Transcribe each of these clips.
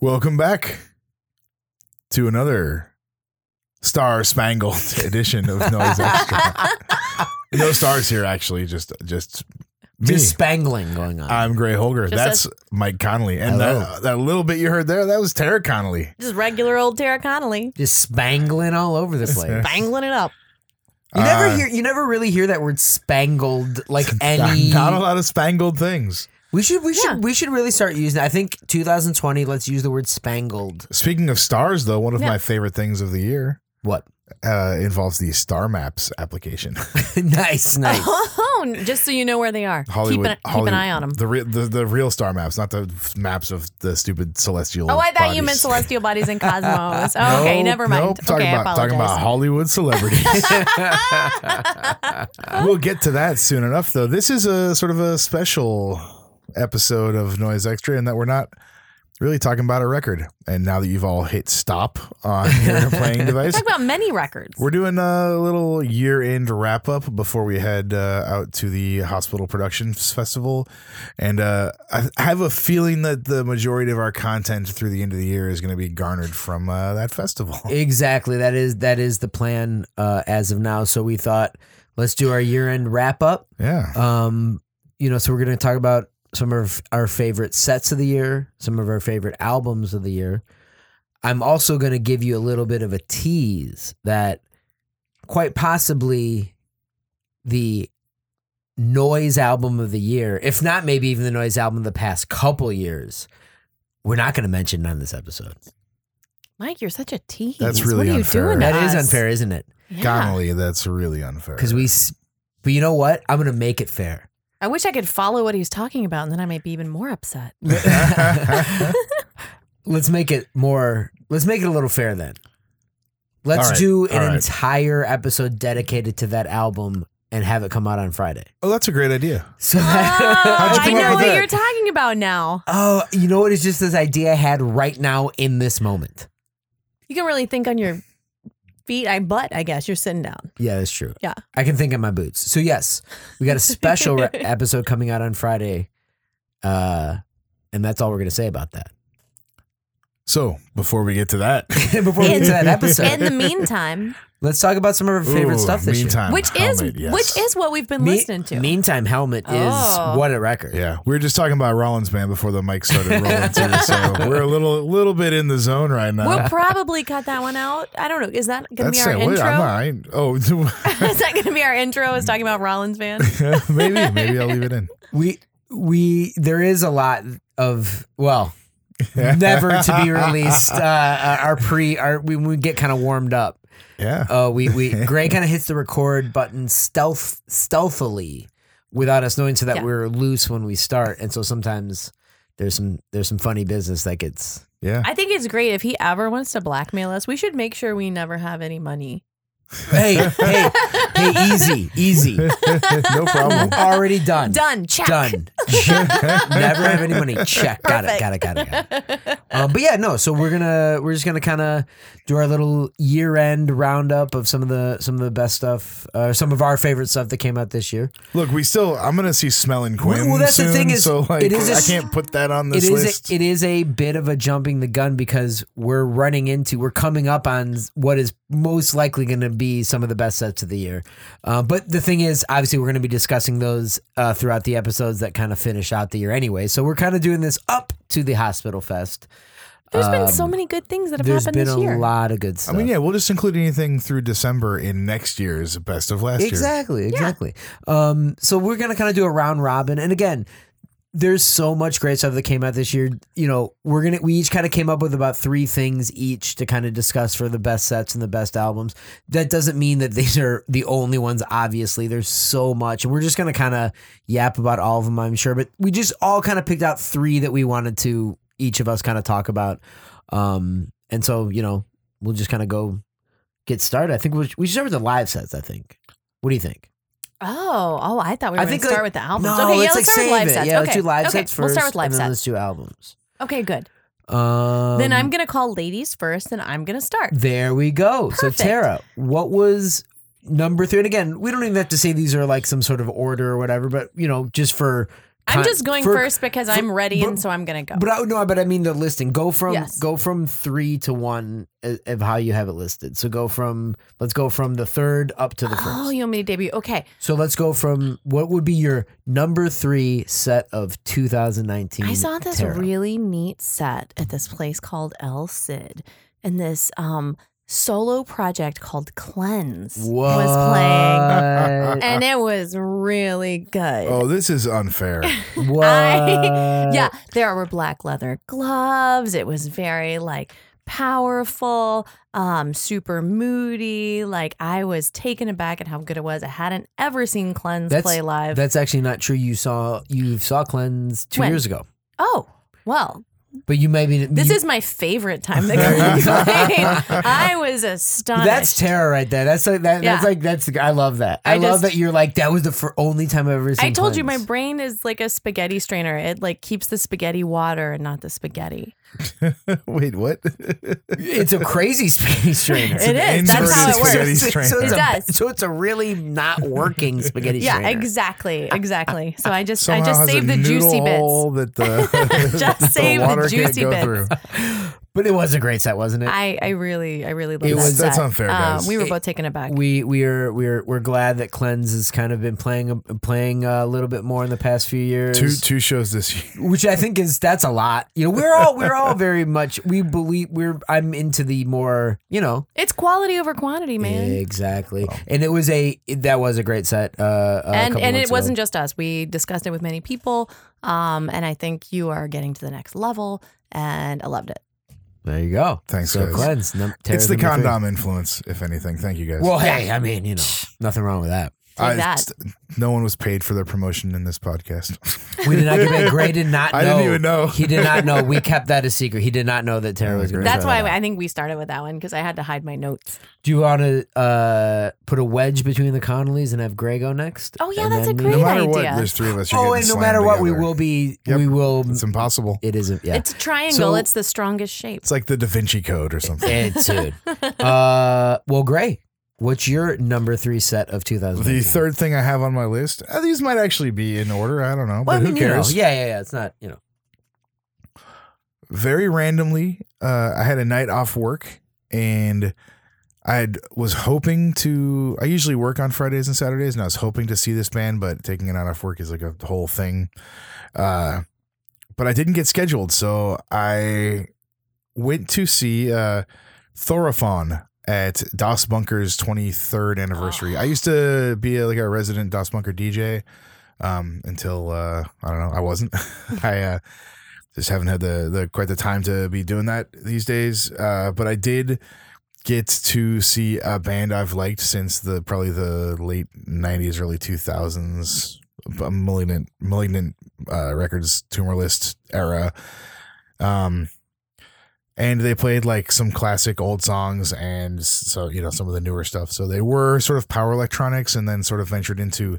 Welcome back to another star spangled edition of Noise Extra. no stars here, actually. Just, just me. Uh, Just spangling going on. I'm Gray Holger. Just That's Mike Connolly, and Hello. that, that little bit you heard there, that was Tara Connolly. Just regular old Tara Connolly. just spangling all over the place. Bangling it up. You never Uh, hear. You never really hear that word spangled like any. Not a lot of spangled things. we should. We should. Yeah. We should really start using. I think 2020. Let's use the word spangled. Speaking of stars, though, one of Yeah. my favorite things of the year What? uh, involves the Star Maps application. nice. Nice. Oh, just so you know where they are. Hollywood, keep, an, keep Hollywood- an eye on them. The, re- the the real star maps, not the f- maps of the stupid celestial. Oh, I thought you bodies. meant celestial bodies and cosmos. Oh, okay, Nope, never mind. nope. Talking okay, I about talking about apologize. Hollywood celebrities. we'll get to that soon enough, though. This is a sort of a special episode of Noise Extra, in that we're not really talking about a record. And now that you've all hit stop on your playing device, Talk about many records. we're doing a little year end wrap up before we head uh, out to the Hospital Productions Festival. And uh, I I have a feeling that the majority of our content through the end of the year is going to be garnered from uh, that festival. Exactly. That is that is the plan uh, as of now. So we thought let's do our year end wrap up. Yeah. Um, you know, so we're going to talk about some of our favorite sets of the year, some of our favorite albums of the year. I'm also going to give you a little bit of a tease that quite possibly the noise album of the year, if not maybe even the noise album of the past couple years, we're not going to mention on this episode. Mike, you're such a tease. That's what really are you unfair. doing? to That is us? unfair, isn't it? Yeah. Connolly, that's really unfair. Because we, s- but you know what? I'm gonna make it fair. I wish I could follow what he's talking about, and then I might be even more upset. Let's make it more. Let's make it a little fair then. Let's All right, do an all right. entire episode dedicated to that album and have it come out on Friday. Oh, that's a great idea. So. Oh, you I come up know with what that? you're talking about now. Oh, you know what? It's just this idea I had right now in this moment. You can really think on your feet. I butt. I guess you're sitting down. Yeah, that's true. Yeah. I can think in my boots. So yes, we got a special re- episode coming out on Friday, uh, and that's all we're gonna say about that. So before we get to that, Before we get to that episode, In the meantime, let's talk about some of our favorite Ooh, stuff this year. meantime, which helmet, is yes. which is what we've been Me- listening to. Meantime, Helmet Oh. is what a record. yeah, we were just talking about Rollins band before the mic started rolling too, so we're a little little bit in the zone right now. We'll probably cut that one out. I don't know. Is that going to be that's our it. Wait, intro? I'm all right. Oh, Is that going to be our intro? Is talking about Rollins Van? maybe maybe I'll leave it in. We we there is a lot of well, never to be released. Uh, uh, our pre our when we get kind of warmed up. Yeah. Uh, we we Gray kind of hits the record button stealth stealthily without us knowing, so that Yeah. we're loose when we start. And so sometimes there's some there's some funny business that gets. yeah. I think it's great if he ever wants to blackmail us. We should make sure we never have any money. Hey hey hey! Easy easy. no problem. Already done. Done. Check. Done. Check. Never have any money. Check. Got it. Perfect. Got it. Got it. Got it. Um, but yeah, no. So we're gonna we're just gonna kind of do our little year end roundup of some of the some of the best stuff, uh, some of our favorite stuff that came out this year. Look, we still. I'm gonna see Smelling Quinn. Well, that's the soon, thing is, so like, it is a- I can't put that on It this is list. a, it is a bit of a jumping the gun because we're running into we're coming up on what is most likely going to be some of the best sets of the year. Uh, but the thing is, obviously, we're going to be discussing those uh, throughout the episodes that kind of finish out the year anyway. So we're kind of doing this up to the hospital fest. There's been so many good things that have Um, There's happened been this a year. lot of good stuff. I mean, yeah, we'll just include anything through December in next year's best of last year. Exactly, exactly. Um, so we're gonna kind of do a round robin, and again, there's so much great stuff that came out this year. You know, we're gonna we each kind of came up with about three things each to kind of discuss for the best sets and the best albums. That doesn't mean that these are the only ones. Obviously, there's so much, and we're just gonna kind of yap about all of them. I'm sure, but we just all kind of picked out three that we wanted to each of us kind of talk about. Um, and so you know, we'll just kind of go. Get started. I think we should we should start with the live sets. I think. What do you think? Oh, oh, I thought we I were going think, to start like- with the albums. No, okay, let's, yeah, like, let's start save with live it. sets. Yeah, okay. let's do live okay. sets 1st We'll start with live and sets. Then let's do albums. okay, good. Um, then I'm going to call ladies first, and I'm going to start. There we go. So Perfect. Tara, what was number three? And again, we don't even have to say these are like some sort of order or whatever, but you know, just for I'm con- just going for- first because I'm ready but- and so I'm gonna go. But I, no, but I mean the listing. Go from Yes. go from three to one of of how you have it listed. So go from let's go from the third up to the first. oh, you want me to debut? Okay. So let's go from what would be your number three set of 2019. I saw this tarot. really neat set at this place called El Cid, and this um, solo project called Cleanse was What? playing, and it was really good. Oh, this is unfair. what? I- yeah, there were black leather gloves. It was very like powerful, um, super moody. Like I was taken aback at how good it was. I hadn't ever seen Cleanse That's- play live. That's actually not true. You saw you saw cleanse two When? years ago, oh. Well, but you maybe this you- is my favorite time that Cleanse played. I was astonished. that's terror right there. That's like that, Yeah. that's like that's the, I love that. I, I love just- that you're like that was the for only time I've ever seen. I told you my Cleanse. brain is like a spaghetti strainer. It like keeps the spaghetti water and not the spaghetti. Wait, what? it's a crazy spaghetti strainer. It is. That's how it inverted spaghetti works. strainer. So it's It a, does. So it's a really not working spaghetti Yeah, strainer. exactly. Exactly. So I just Somehow I just has a save the noodle juicy bits. hole that the Just save the water can't juicy go bits. through. But it was a great set, wasn't it? I, I really I really love It that was- that's set. unfair, Uh, guys. we were It- both taken aback. we we are we're we're glad that cleanse has kind of been playing playing a little bit more in the past few years Two two shows this year. which i think is that's a lot you know we're all we're all very much we believe we're i'm into the more you know it's quality over quantity, man. exactly and it was a that was a great set uh, uh and and it wasn't just us. We discussed it with many people. Um, and I think you are getting to the next level. And I loved it. there you go Thanks, so guys. cleanse num- It's Terra's the number three. condom influence, if anything. Thank you guys. well hey i mean you know nothing wrong with that Take that. no one was paid for their promotion in this podcast. we did not get paid. Gray did not know. I didn't even know. Oh, He did not know. We kept that a secret. He did not know that Tara was going to That's why I think we started with that one because I had to hide my notes. Do you want to uh, put a wedge between the Connollys and have Gray go next? Oh, yeah, And that's a then me? no Great matter what, idea. there's three of us. You're Oh, getting and no slammed matter what, we together. will be. Yep. We will. It's impossible. It is. A, yeah. It's a triangle. So- it's the strongest shape. It's like the Da Vinci Code or something. It's dude. uh, well, Gray, what's your number three set of 2000? The third thing I have on my list, uh, these might actually be in order. I don't know, but Well, I mean, who you know, cares? yeah, yeah, yeah. It's not. You know. Very randomly, uh, I had a night off work and I was hoping to. I usually work on Fridays and Saturdays, and I was hoping to see this band, but taking a night off work is like a whole thing. Uh, but I didn't get scheduled, so I went to see uh, Thoraphon at Das Bunker's 23rd anniversary. I used to be uh, like a resident Das Bunker DJ um, until uh, I don't know, I wasn't. I uh, just haven't had the, the quite the time to be doing that these days. Uh, but I did get to see a band I've liked since the probably the late 90s, early 2000s. uh, Malignant, malignant uh, records, Tumor List era. Um, and they played like some classic old songs and so you know some of the newer stuff so they were sort of power electronics and then sort of ventured into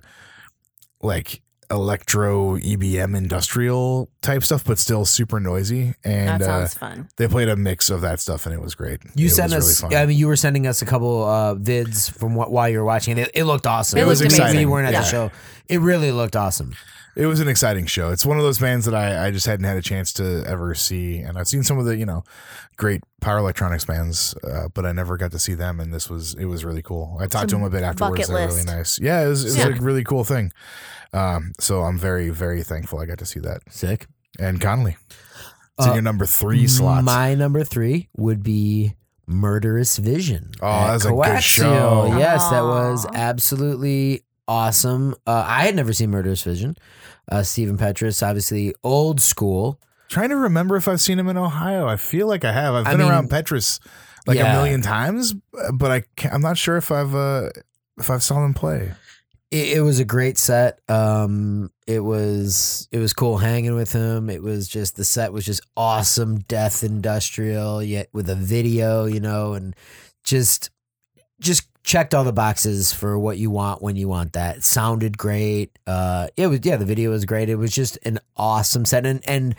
like electro ebm industrial type stuff but still super noisy and that uh, sounds fun. they played a mix of that stuff and it was great You It sent was us. really fun. I mean, you were sending us a couple uh, vids from what while you were watching it. It, it looked awesome. It Even looked though We amazing. weren't at Yeah. the show. It really looked awesome. it was an exciting show. It's one of those bands that I, I just hadn't had a chance to ever see, and I've seen some of the you know great power electronics bands, uh, but I never got to see them. And this was it was really cool. I talked It's to a them a bit afterwards. bucket They were really list. nice. Yeah, it was, it was Yeah. a really cool thing. Um, so I'm very very thankful I got to see that. Sick. And Connolly, it's Uh, in your number three slot. My number three would be Murderous Vision. Oh, at that was a good Coaxial. show. Yes, that was Aw. absolutely awesome. Uh, I had never seen Murderous Vision. Uh, Stephen Petrus, obviously old school. Trying to remember if I've seen him in Ohio. I feel like I have. I've I been mean, around Petrus like yeah. a million times, but I can't, I'm not sure if I've uh, if I've saw him play. It, it was a great set. Um, it was it was cool hanging with him. It was just the set was just awesome, death industrial yet with a video, you know, and just just checked all the boxes for what you want when you want that. It sounded great. Uh it was yeah, the video was great. It was just an awesome set and and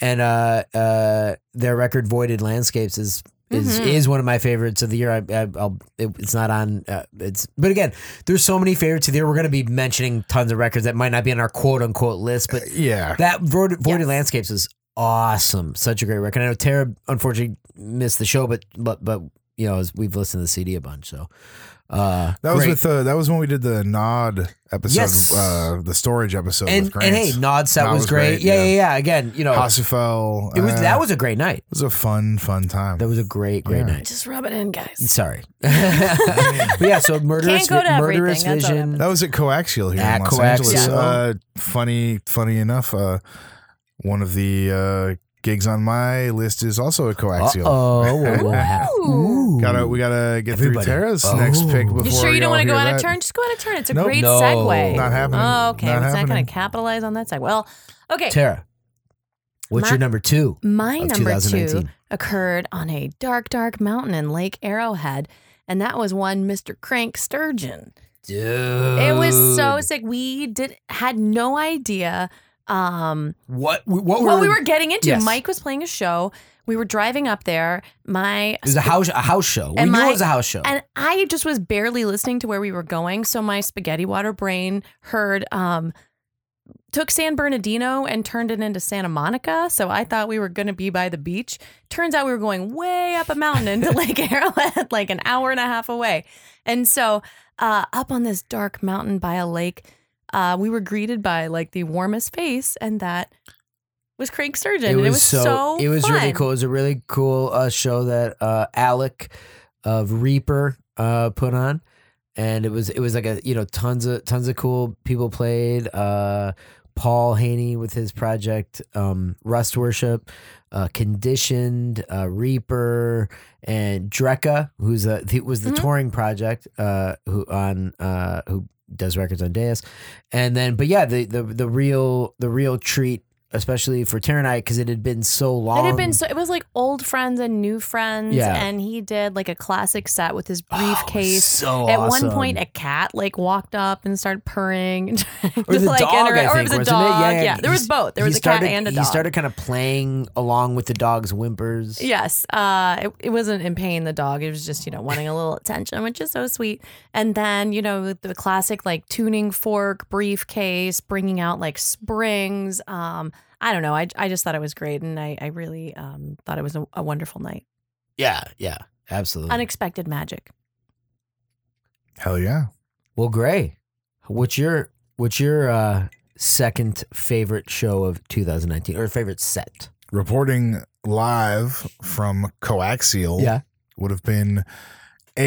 and uh uh their record Voided Landscapes is is Mhm. is one of my favorites of the year. I, I I'll it, it's not on uh, it's but again, there's so many favorites of the year. We're gonna be mentioning tons of records that might not be on our quote unquote list, but Yeah. that Void- Voided Yes. Landscapes is awesome. Such a great record. I know Tara unfortunately missed the show, but but but you know as we've listened to the CD a bunch, so uh, That was great. with uh, that was when we did the Nod episode, Yes. uh, the storage episode and with and hey, Grants. Nod set Nod was, was great. great, Yeah, yeah, yeah. yeah, Again, you know, Parsifal, it was uh, that was a great night. it was a fun fun time. That was a great, great Yeah. night. Just rub it in, guys. Sorry, but yeah. So murderous, Can't go to everything, murderous that's all vision. That was at Coaxial here At in Los Angeles. Coaxial. Uh, funny, funny enough, uh, one of the uh, gigs on my list is also at Coaxial. Ooh. Oh, Gotta, we gotta get through Everybody. Tara's Oh. next pick You before. You sure you don't y'all want to go hear on a that. turn? Just go on a turn. It's a Nope. great No. segue. Not happening. Oh, okay. Not it's not going happening. to capitalize on that side. Well, okay. Tara. What's My- your number two? My of number two 2019. occurred on a dark, dark mountain in Lake Arrowhead, and that was one Mr. Crank Sturgeon. Dude, It was so sick. We did had no idea um, what we- Oh, what, what were, we were getting into. Yes. Mike was playing a show. We were driving up there. My It was a house a house show. We And knew my- it was a house show. And I just was barely listening to where we were going. So my spaghetti water brain heard, um, took San Bernardino and turned it into Santa Monica. So I thought we were going to be by the beach. Turns out we were going way up a mountain into Lake Arrowhead, like an hour and a half away. And so uh, up on this dark mountain by a lake, uh, we were greeted by like the warmest face, and that was Craig Sturgeon. and it was so, it was really fun. cool. It was a really cool uh, show that uh, Alec of Reaper uh, put on, and it was it was like a you know tons of tons of cool people played. Uh, Paul Haney with his project um, Rust Worship, uh, Conditioned, uh, Reaper, and Dreka, who's a, he was the Mhm. touring project uh, who on uh, who does records on Deus, and then but yeah the the the real the real treat especially for Tara and I because it had been so long. It had been so. It was like old friends and new friends, Yeah. and he did like a classic set with his Oh, it was briefcase. so At awesome. one point, a cat like walked up and started purring, and trying Or to, the like dog, interact- I or think, it was a wasn't it? dog. Yeah, Yeah, yeah, there was he's- both. There was he a cat started, and a He dog. started kind of playing along with the dog's whimpers. Yes, uh, it, it wasn't in pain. The dog. It was just you know wanting a little attention, which is so sweet. And then you know the classic like tuning fork, briefcase, bringing out like springs. Um, I don't know. I, I just thought it was great, and I I really um, thought it was a, a wonderful night. yeah, yeah, absolutely. Unexpected magic. Hell yeah! well, Gray, what's your what's your uh, second favorite show of 2019 or favorite set? Reporting live from Coaxial. Yeah. would have been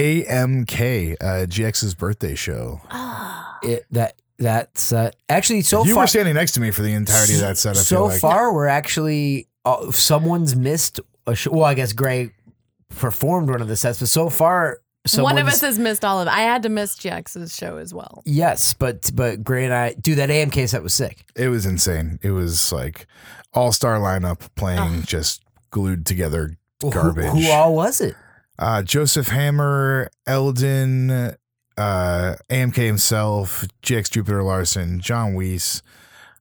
AMK uh, GX's birthday show. Ah. It, that that's uh, actually so you far were standing next to me for the entirety of that set. I so feel like. far, we're actually uh, someone's missed a show. Well, I guess Gray performed one of the sets, but so far, someone's, One of us has missed all of it. I had to miss Jax's show as well. Yes, but but Gray and I, dude, that AMK set was sick. it was insane. It was like all star lineup playing Ah. Ugh. just glued together Well, who- garbage. Who, all was it? uh, Joseph Hammer, Eldon, uh, AMK himself, GX Jupiter Larson, John Weiss.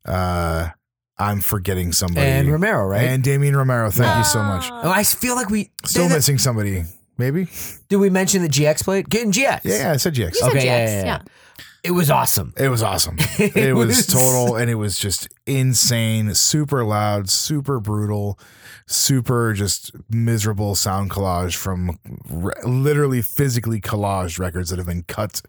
Uh, I'm forgetting somebody. And Romero, right? And Damien Romero. Thank you so much. Ah. oh, I feel like we Still did, missing somebody, maybe? did we mention the GX played? Getting GX. Yeah, yeah, I said GX. You said Okay, yeah, Jax, yeah, yeah. It was awesome. It was awesome. It was total and it was just insane, super loud, super brutal, super just miserable sound collage from re- literally physically collaged records that have been cut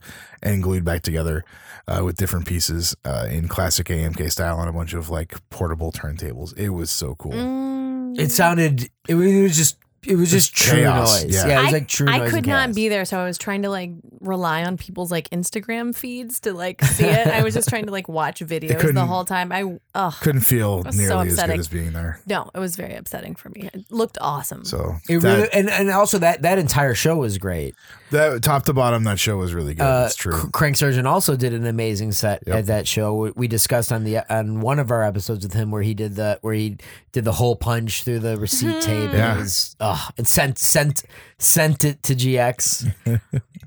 and glued back together uh, with different pieces uh, in classic AMK style on a bunch of like portable turntables. It was so cool. Mm. Oh, It sounded. It was, it was just. It was just true chaos, noise. Yeah. yeah. it was I- like true noise. I could and not chaos. be there, so I was trying to like rely on people's like Instagram feeds to like see it. I was just trying to like watch videos the couldn't- whole time. I ugh, Couldn't feel was so nearly as good upsetting. as being there. no, it was very upsetting for me. It looked awesome. So It that, really, and, and also that that entire show was great. that top to bottom, that show was really good. Uh, it's true. C- Crank Surgeon also did an amazing set Yep. at that show. We- We discussed on the on one of our episodes with him where he did the where he did the whole punch through the receipt Mm-hmm. tape. and Yeah. it was oh, and sent sent sent it to GX.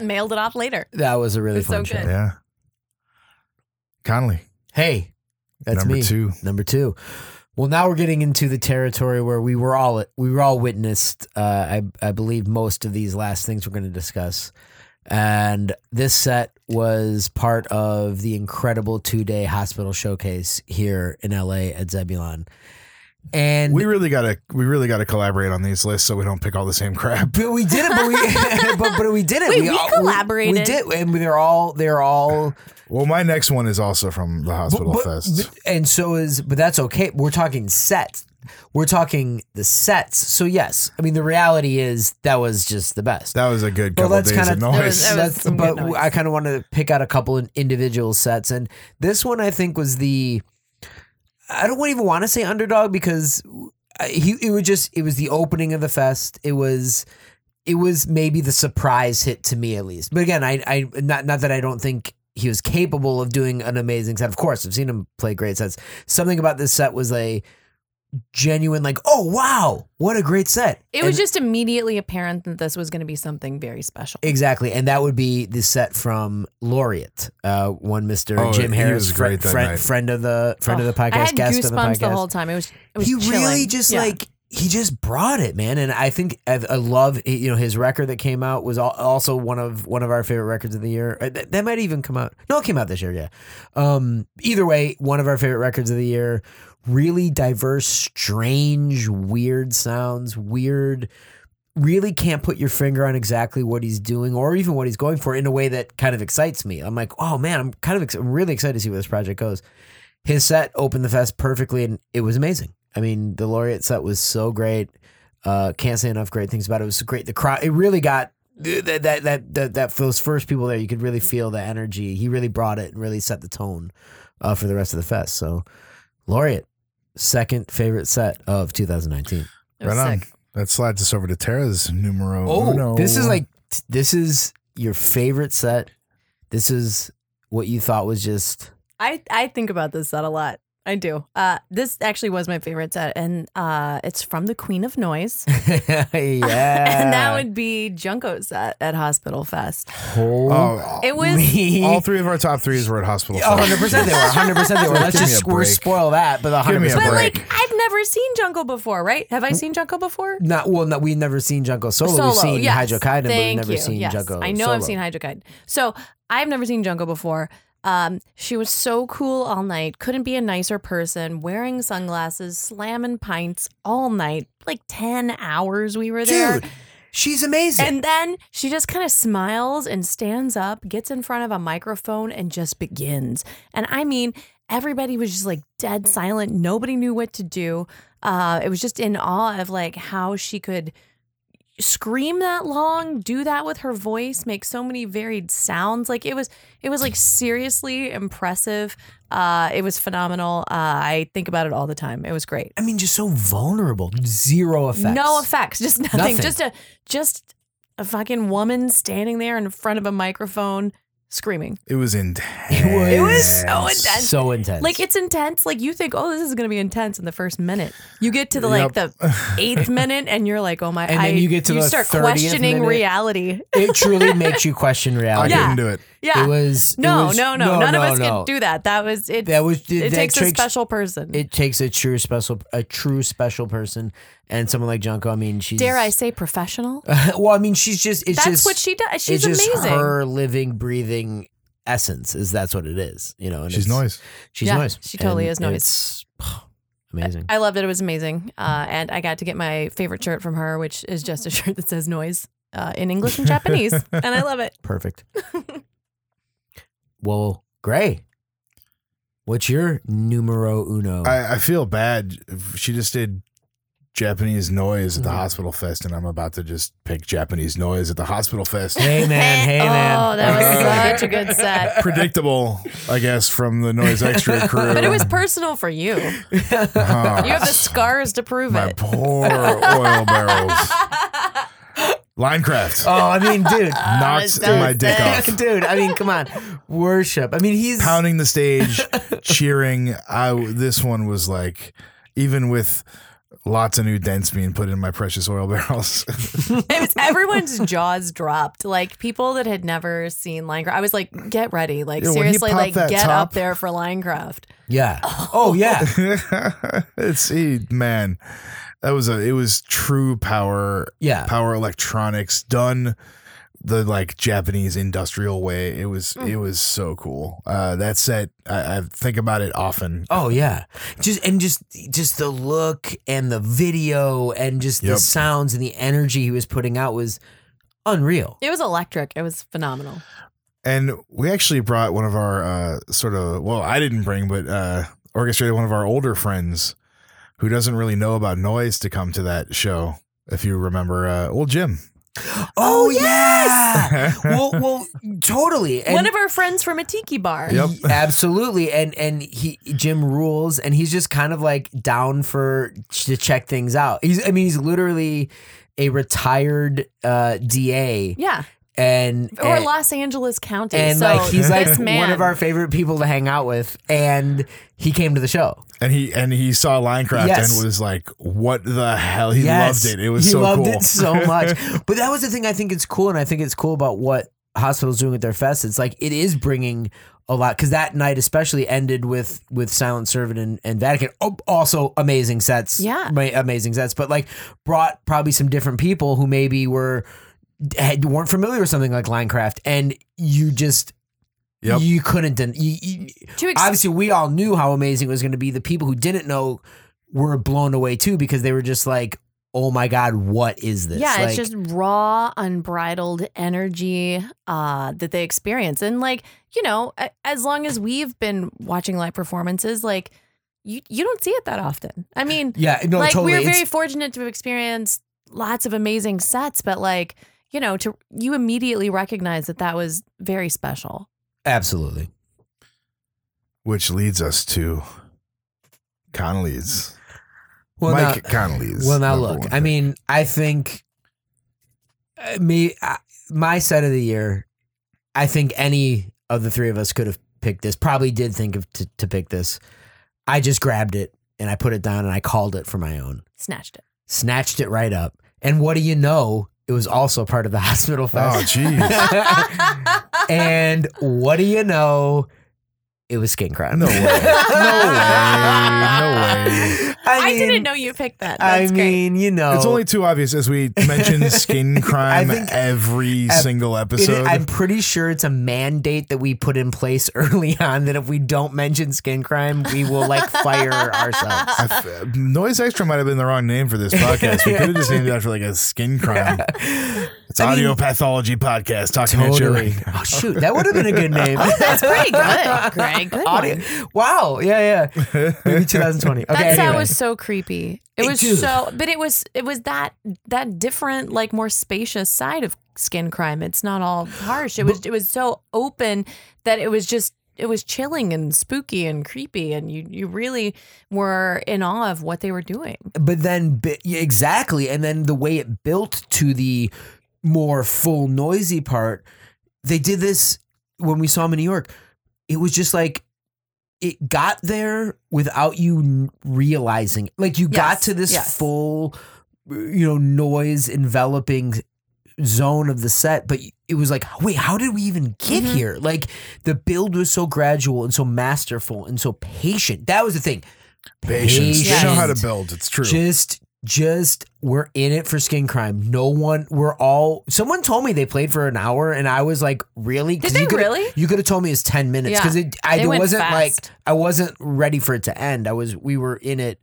Mailed it off later. That was a really It's so fun show. good. Yeah. Connolly, Hey, that's number me. two. Number two. Well, now we're getting into the territory where we were all we were all witnessed. Uh, I I believe most of these last things we're going to discuss, and this set was part of the incredible two day hospital showcase here in L.A. at Zebulon, and We really gotta we really gotta collaborate on these lists so we don't pick all the same crap. But we did it. But we but, but we did it. Wait, we all- We, collaborated. did, and they're all they're all. Well, my next one is also from the but- hospital but- fest. but- and so is, but that's okay. We're talking sets. We're talking the sets. So yes, I mean the reality is that was just the best. that was a good Well, couple that's days kinda- of that was- noise. that That's- some but good noise. I kind of want to pick out a couple in- individual sets, and this one I think was the. I don't even want to say underdog because I- he it was just it was the opening of the fest. It was it was maybe the surprise hit to me at least. But again, I I not not that I don't think he was capable of doing an amazing set. Of course, I've seen him play great sets. Something about this set was a genuine like, "Oh wow, what a great set." It And- was just immediately apparent that this was going to be something very special. Exactly, and that would be the set from Laureate, uh, one Mister Oh, Jim he Harris, was great that friend, night. friend of the friend of Oh, the podcast, I had guest goosebumps of the podcast. whole time. It was, it was he really chilling. just Yeah. like he just brought it, man. And I think I, I love you know his record that came out was al- also one of one of our favorite records of the year. Uh, That, that might even come out. No, it came out this year. Yeah. Um, either way, one of our favorite records of the year. Really diverse, strange, weird sounds. Weird. Really can't put your finger on exactly what he's doing or even what he's going for in a way that kind of excites me. I'm like, oh man, I'm kind of ex- I'm really excited to see where this project goes his set opened the fest perfectly and it was amazing. I mean, the laureate set was so great. Uh, can't say enough great things about it. It was great. The crowd, it really got that that that that, that those first people there. You could really feel the energy. He really brought it and really set the tone uh, for the rest of the fest. So, laureate, second favorite set of 2019. It was right on. sick. That slides us over to Tara's numero Oh, uno. this is like this is your favorite set. This is what you thought was just I, I think about this set a lot. I do. Uh, this actually was my favorite set, and uh, it's from the Queen of Noise. yeah. and that would be Junko's set at Hospital Fest. Oh, It was all three of our top threes were at hospital. Oh, Fest. 100 percent they were. Hundred percent they were. Let's Give me just a we're break. spoil that, but the Give hundred me a percent. But break. like I've never seen Junko before, right? Have I seen Junko before? Not well. No, we've never seen Junko solo. Mm. Oh, We've seen yes. Hydro Kaiden, but we've Thank never you. seen yes. Junko. I know solo. I've seen Hydrokaiden. So I've never seen Junko before. Um, she was so cool all night. Couldn't be a nicer person. Wearing sunglasses, slamming pints all night, like ten hours we were there. Dude, she's amazing. And then she just kind of smiles and stands up, gets in front of a microphone, and just begins. And I mean, everybody was just like dead silent. Nobody knew what to do. Uh, it was just in awe of like how she could scream that long, do that with her voice, make so many varied sounds. Like it was, it was like seriously impressive. Uh, it was phenomenal. Uh, I think about it all the time. It was great. I mean, just so vulnerable. Zero effects. No effects, just nothing. Nothing. Just a just a fucking woman standing there in front of a microphone screaming. it was intense. It was so intense. So intense. Like it's intense. Like you think, oh, this is gonna be intense in the first minute. You get to the Yep. like the eighth minute, and you're like, oh my. And I, then you get to the start 30th questioning minute. reality. it truly makes you question I reality. Yeah. couldn't do it. Yeah. It was. it no, was- no, no, None no, of us no. can do that. That was it. That was- it. that takes a takes- special person. It takes a true special, a true special person, and someone like Junko. I mean, she's Dare I say professional? well, I mean, she's just. It's That's just, what she does. She's it's just amazing. Her living, breathing essence is that's what it is. You know, and She's it's- noise. She's Yeah, noise. she totally is noise. It's amazing. I loved it. It was amazing. Uh, and I got to get my favorite shirt from her, which is just a shirt that says noise uh, in English and Japanese. and I love it. Perfect. well, Gray, what's your numero uno? I, I feel bad. She just did Japanese noise at the Mhm. hospital fest, and I'm about to just pick Japanese noise at the hospital fest. hey man, hey oh, man. that was Uh, such a good set. Predictable, I guess, from the noise extra crew. But it was personal for you. You Ah, have the scars to prove my it. poor oil barrels. Linecraft Oh, I mean, dude. knocked that was my dick off. Dude, I mean, come on. Worship. I mean, he's pounding the stage, cheering. I this one was like, even with lots of new dents being put in my precious oil barrels. It was everyone's jaws dropped. Like people that had never seen Linecraft. I was like, get ready. Like Yeah, when he seriously, popped like that get top- up there for Linecraft. Yeah. Oh yeah. it's he man. That was a it was true power Yeah. power electronics done the like Japanese industrial way. It was Hmm. it was so cool. Uh that set I, I think about it often. Oh yeah. Just and just just the look and the video and just the Yep. sounds and the energy he was putting out was unreal. It was electric. It was phenomenal. And we actually brought one of our uh sort of well, I didn't bring, but uh orchestrated one of our older friends who doesn't really know about noise to come to that show, if you remember uh old Jim. Oh, yes. well, well, totally. And One of our friends from a tiki bar. Yep. absolutely. And and he Jim rules, and he's just kind of like down for to check things out. He's I mean he's literally a retired uh, DA Yeah. and Or and- Los Angeles County. and so like he's like this man. one of our favorite people to hang out with, and he came to the show. And he and he saw Linecraft Yes. and was like, "What the hell?" He Yes. loved it. It was he so loved cool. it so much. but that was the thing I think it's cool, and I think it's cool about what hospitals doing at their fest. It's like it is bringing a lot because that night especially ended with with Silent Servant and, and Vatican. Oh, also amazing sets, Yeah. ma- amazing sets. But like brought probably some different people who maybe were had, weren't familiar with something like Linecraft, and you just. Yep. You couldn't. den- You, you, to ex- obviously, we all knew how amazing it was going to be. The people who didn't know were blown away too because they were just like, "Oh my god, what is this?" yeah, Like, it's just raw, unbridled energy uh, that they experience, and like you know, a- as long as we've been watching live performances, like you you don't see it that often. I mean, yeah, no, like totally. we were It's- very fortunate to experience lots of amazing sets, but like you know, to you immediately recognize that that was very special. absolutely. Which leads us to Connolly's. Well, Mike now, Connolly's. well, now number look. one I pick. mean, I think uh, me I, my set of the year. I think any of the three of us could have picked this. Probably did think of to, to pick this. I just grabbed it and I put it down and I called it for my own. Snatched it. Snatched it right up. And what do you know? It was also part of the hospital oh fest. jeez, and what do you know? It was skin crime. no way, no way, no way. I, mean- didn't know you picked that. I That's great. mean, you know, It's only too obvious as we mention skin crime think- every I- single it- episode. I'm pretty sure it's a mandate that we put in place early on that if we don't mention skin crime, we will like fire ourselves. I f- Noise Extra might have been the wrong name for this podcast. We could have just named it after like a skin crime. It's I mean- audio pathology podcast talking at you right Oh shoot, that would have been a good name. That's pretty good, Greg. Good Audio- one. Wow. Yeah. Yeah. Maybe 2020. Okay. That sound anyway. was so creepy. It It was do. so, but it was it was that that different, like more spacious side of skin crime. It's not all harsh. It was it was so open that it was just it was chilling and spooky and creepy, and you you really were in awe of what they were doing. but then bi- yeah, exactly and then the way it built to the more full noisy part they did this when we saw him in new york it was just like it got there without you n- realizing it. like you got Yes, to this yes. full you know noise enveloping zone of the set but it was like wait how did we even get Mhm. here like the build was so gradual and so masterful and so patient that was the thing Patience. They know how to Patience. build. It's true. Just, just we're in it for skin crime. No one, we're all. Someone told me they played for an hour, and I was like, really? 'Cause Did they you could- really? You could have told me it's ten minutes Yeah. because it. I They it went wasn't like fast. I wasn't ready for it to end. I was. We were in it.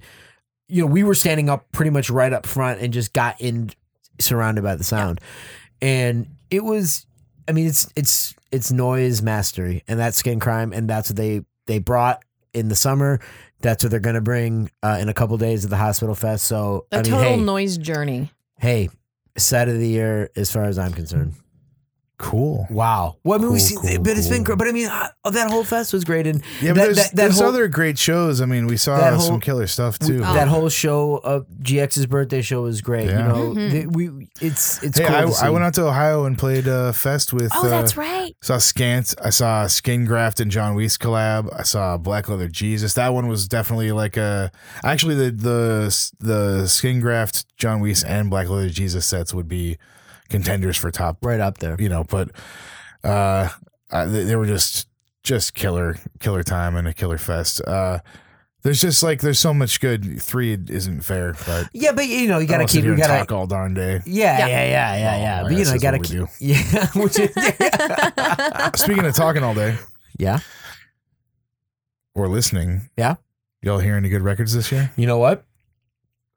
You know, we were standing up pretty much right up front and just got in, surrounded by the sound, and it was. I mean, it's it's it's noise mastery, and that's skin crime, and that's what they they brought in the summer. That's what they're going to bring uh, in a couple days at the hospital fest. So A I mean, total hey, noise journey. hey, set of the year as far as I'm concerned. cool. Wow. Well, I mean, we Cool, see, cool, but it's been cool. great. But I mean, uh, that whole fest was great, and Yeah, but that, there's, that, that there's whole, other great shows. I mean, we saw that whole- some killer stuff we- too. that whole show of GX's birthday show was great. Yeah. You know, Mhm. the- we it's it's hey, cool. I, to see. I went out to Ohio and played uh, Fest with. Oh, uh, that's right. Saw Scant. I saw Skin Graft and John Weiss collab. I saw Black Leather Jesus. That one was definitely like a. Actually, the the the Skin Graft, John Weiss, and Black Leather Jesus sets would be contenders for top right up there. you know, but uh, I, they, they were just just killer, killer time and a killer fest. Uh, there's just like there's so much good. Three isn't fair, but Yeah, but you know, you I gotta don't sit keep. here You and gotta. talk all darn day. Yeah, yeah, Yeah. yeah, yeah, Oh, yeah. I but you guess know, you that's what gotta. we keep, do. Yeah, which is, Speaking of talking all day yeah. or listening, Yeah. y'all hear any good records this year? You know what?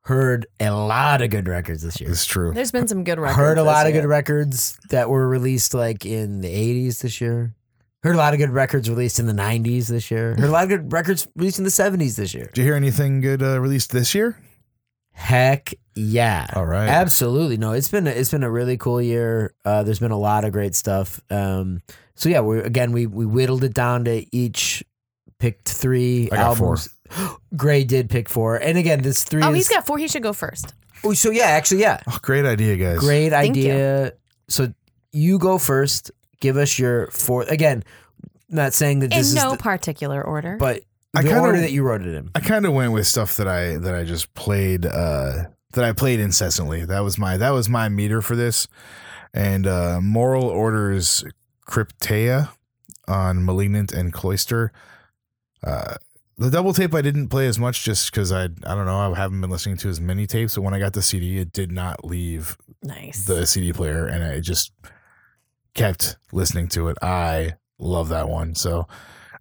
Heard a lot of good records this year. It's true. There's been some good records. Heard a this lot of year. good records that were released like in the 80s this year. Heard a lot of good records released in the 90s this year. Heard a lot of good records released in the 70s this year. Did you hear anything good uh, released this year? Heck yeah. All right. Absolutely. No, it's been it's been a really cool year. Uh, there's been a lot of great stuff. Um, so yeah, we again we we whittled it down to each picked three I got four. albums. Gray did pick four. And again, this three Oh, is he's got four. He should go first. Oh, so yeah, actually yeah. Oh, great idea, guys. Great Thank you. idea. So you go first. Give us your fourth. Again, not saying that this In is, no the- particular order. but I the kinda- order that you wrote it in. I kind of went with stuff that I that I just played uh that I played incessantly. That was my that was my meter for this. And uh Moral Orders Cryptea on Malignant and Cloister. Uh the double tape I didn't play as much just cuz I I don't know, I haven't been listening to as many tapes, but when I got the CD it did not leave nice. the CD player and I just kept listening to it. I love that one. So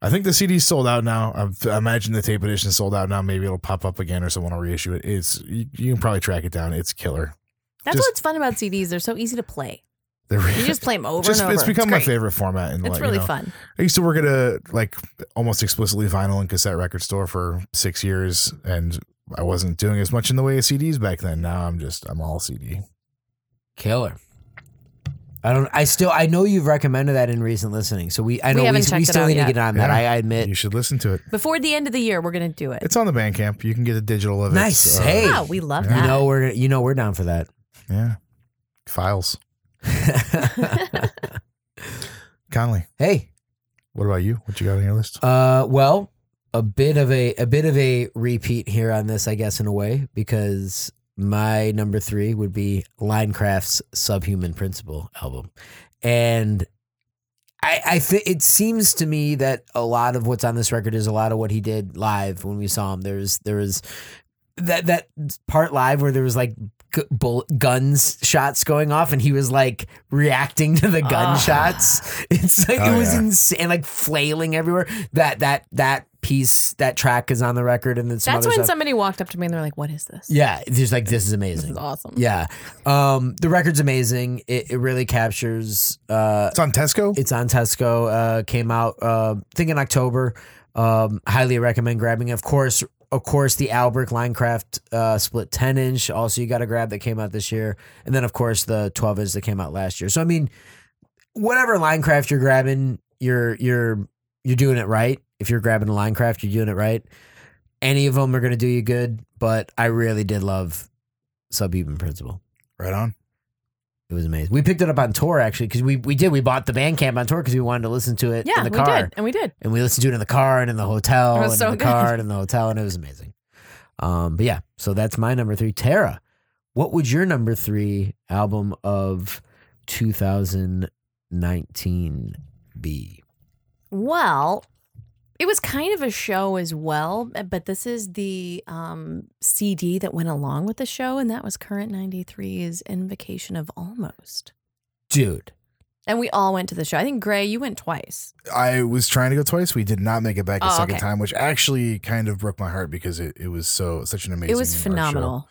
I think the CD's sold out now. I've, I imagine the tape edition is sold out now. Maybe it'll pop up again or someone will reissue it. It's you, you can probably track it down. It's killer. That's just- what's fun about CDs. They're so easy to play. They're You re- just play them over just- and over. it's become my great. favorite format. And It's like, you really know, fun. I used to work at a like almost explicitly vinyl and cassette record store for six years, and I wasn't doing as much in the way of CDs back then. Now I'm just I'm all CD. Killer. I don't. I still. I know you've recommended that in recent listening. So we. I We know we, haven't we, checked it still out need yet. to get on that. Yeah. I, I admit. You should listen to it. Before the end of the year, we're gonna do it. It's on the Bandcamp. You can get a digital of it. Uh, Nice. Hey. Wow, we love Yeah. You that. know we're. You know we're down for that. Yeah. Files. Conley, hey. what about you? What you got on your list? Uh. Well, a bit of a a bit of a repeat here on this, I guess, in a way, because my number three would be Linecraft's Subhuman Principle album, and I, I think it seems to me that a lot of what's on this record is a lot of what he did live when we saw him. There's there was that that part live where there was like gu- bull- guns shots going off and he was like reacting to the gun Ah. shots. It's like Oh, it was yeah. insane, like flailing everywhere. That that that piece that track is on the record and then some That's other when stuff. somebody walked up to me and they're like, "What is this? yeah, there's like this is This amazing. is awesome." Yeah, um, the record's amazing. It, it really captures uh, It's on Tesco. it's on Tesco. Uh, came out, uh, I think in October. Um, highly recommend grabbing. it. Of course, of course, the Albrecht Linecraft uh, split ten inch. Also, you got to grab that came out this year, and then of course the twelve inch that came out last year. So I mean, whatever Linecraft you're grabbing, you're you're you're doing it right. If you're grabbing a Linecraft, you're doing it right. Any of them are going to do you good, but I really did love Subhuman Principle. right on. It was amazing. We picked it up on tour actually because we, we did. We bought the Bandcamp on tour because we wanted to listen to it yeah, in the we car, did, and we did. and we listened to it in the car and in the hotel, It was and so in the good. car and in the hotel, and it was amazing. Um, but yeah, so that's my number three. Tara, what would your number three album of 2019 be? Well, it was kind of a show as well, eh, but this is the um, CD that went along with the show, and that was Current 93's Invocation of Almost. Dude, And we all went to the show. I think, Gray, you went twice. I was trying to go twice. We did not make it back the Oh, second okay. time, which actually kind of broke my heart because it, it was so such an amazing. it was art show. phenomenal.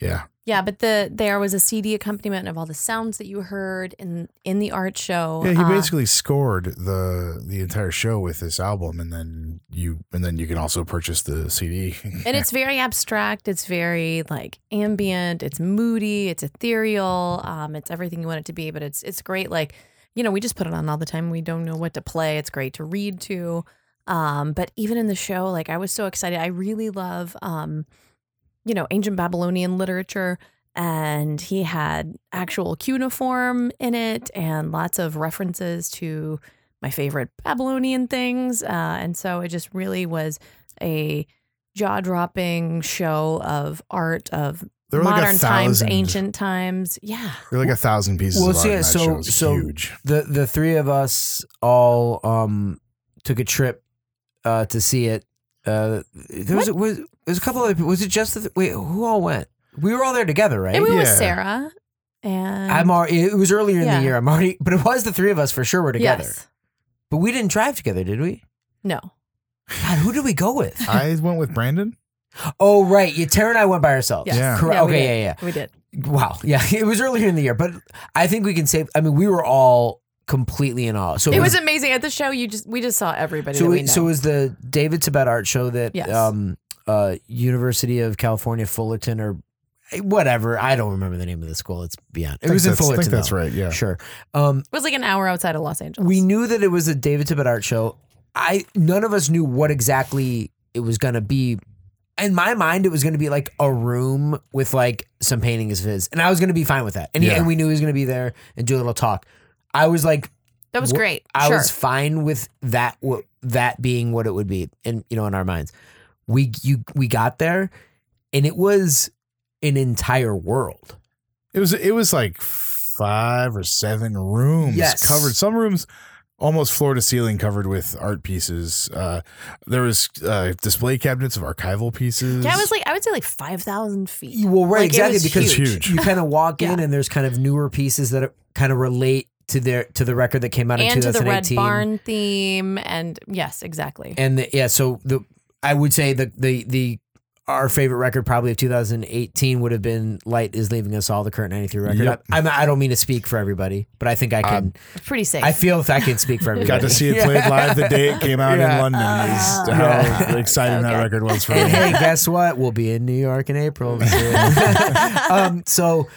Yeah. Yeah, but the there was a CD accompaniment of all the sounds that you heard in in the art show. Yeah, he Uh, basically scored the the entire show with this album, and then you and then you can also purchase the CD. and it's very abstract. It's very like ambient. It's moody. It's ethereal. Um, it's everything you want it to be. But it's it's great. Like you know, we just put it on all the time. We don't know what to play. It's great to read to. Um, but even in the show, like I was so excited. I really love um, you know, ancient Babylonian literature. And he had actual cuneiform in it, and lots of references to my favorite Babylonian things. Uh, and so it just really was a jaw dropping show of art of there were modern like a times, thousand, ancient times. Yeah. There were like a thousand pieces. Well, of so art yeah, in that so- show. It was so- huge. the the three of us all um took a trip uh, to see it. Uh, there was, was there was a couple other. people. Was it just the th- wait? Who all went? We were all there together, right? And we were with Yeah. Sarah. And I'm already. It was earlier in Yeah. the year. I'm already, but it was the three of us for sure. Were together, Yes. but we didn't drive together, did we? No. God, who did we go with? I went with Brandon. Oh, right. Yeah, Tara and I went by ourselves. Yes. Yeah. Correct. Yeah, we okay. did. Yeah, yeah. We did. Wow. Yeah. It was earlier in the year, but I think we can say. I mean, we were all completely in awe. So It was amazing at the show. You just we just saw everybody. So, that we it, so it know. was the David Tibet art show that Yes. um, uh, University of California Fullerton or eh, whatever. I don't remember the name of the school. It's beyond. I It think was in that's- Fullerton. I think that's though. right. Yeah. Sure. Um, It was like an hour outside of Los Angeles. we knew that it was a David Tibet art show. I none of us knew what exactly it was going to be. In my mind, it was going to be like a room with like some paintings of his, and I was going to be fine with that. And, he, Yeah. and we knew he was going to be there and do a little talk. I was like, that was wh- great. I sure. was fine with that. What that being what it would be, and you know, in our minds, we you we got there, and it was an entire world. It was it was like five or seven rooms Yes. covered. Some rooms almost floor to ceiling covered with art pieces. Uh, there was uh, display cabinets of archival pieces. yeah, it was like I would say like five thousand feet. Well, right, Like, it exactly, was because huge. It's huge. you kind of walk in, Yeah. and there's kind of newer pieces that kind of relate to their to the record that came out in And to the Red 2018. Barn theme and yes, exactly. and the, yeah, so the I would say the the the our favorite record probably of 2018 would have been "Light Is Leaving Us All," the current '93 record. Yep. Um, I, I'm- I don't mean to speak for everybody, but I think I can. It's pretty safe. I feel if I can speak for everybody. Got to see it Yeah. played live the day it came out Yeah. in London. Ah. is how Yeah. exciting that Okay. record was for And me. hey, guess what? We'll be in New York in April. um, so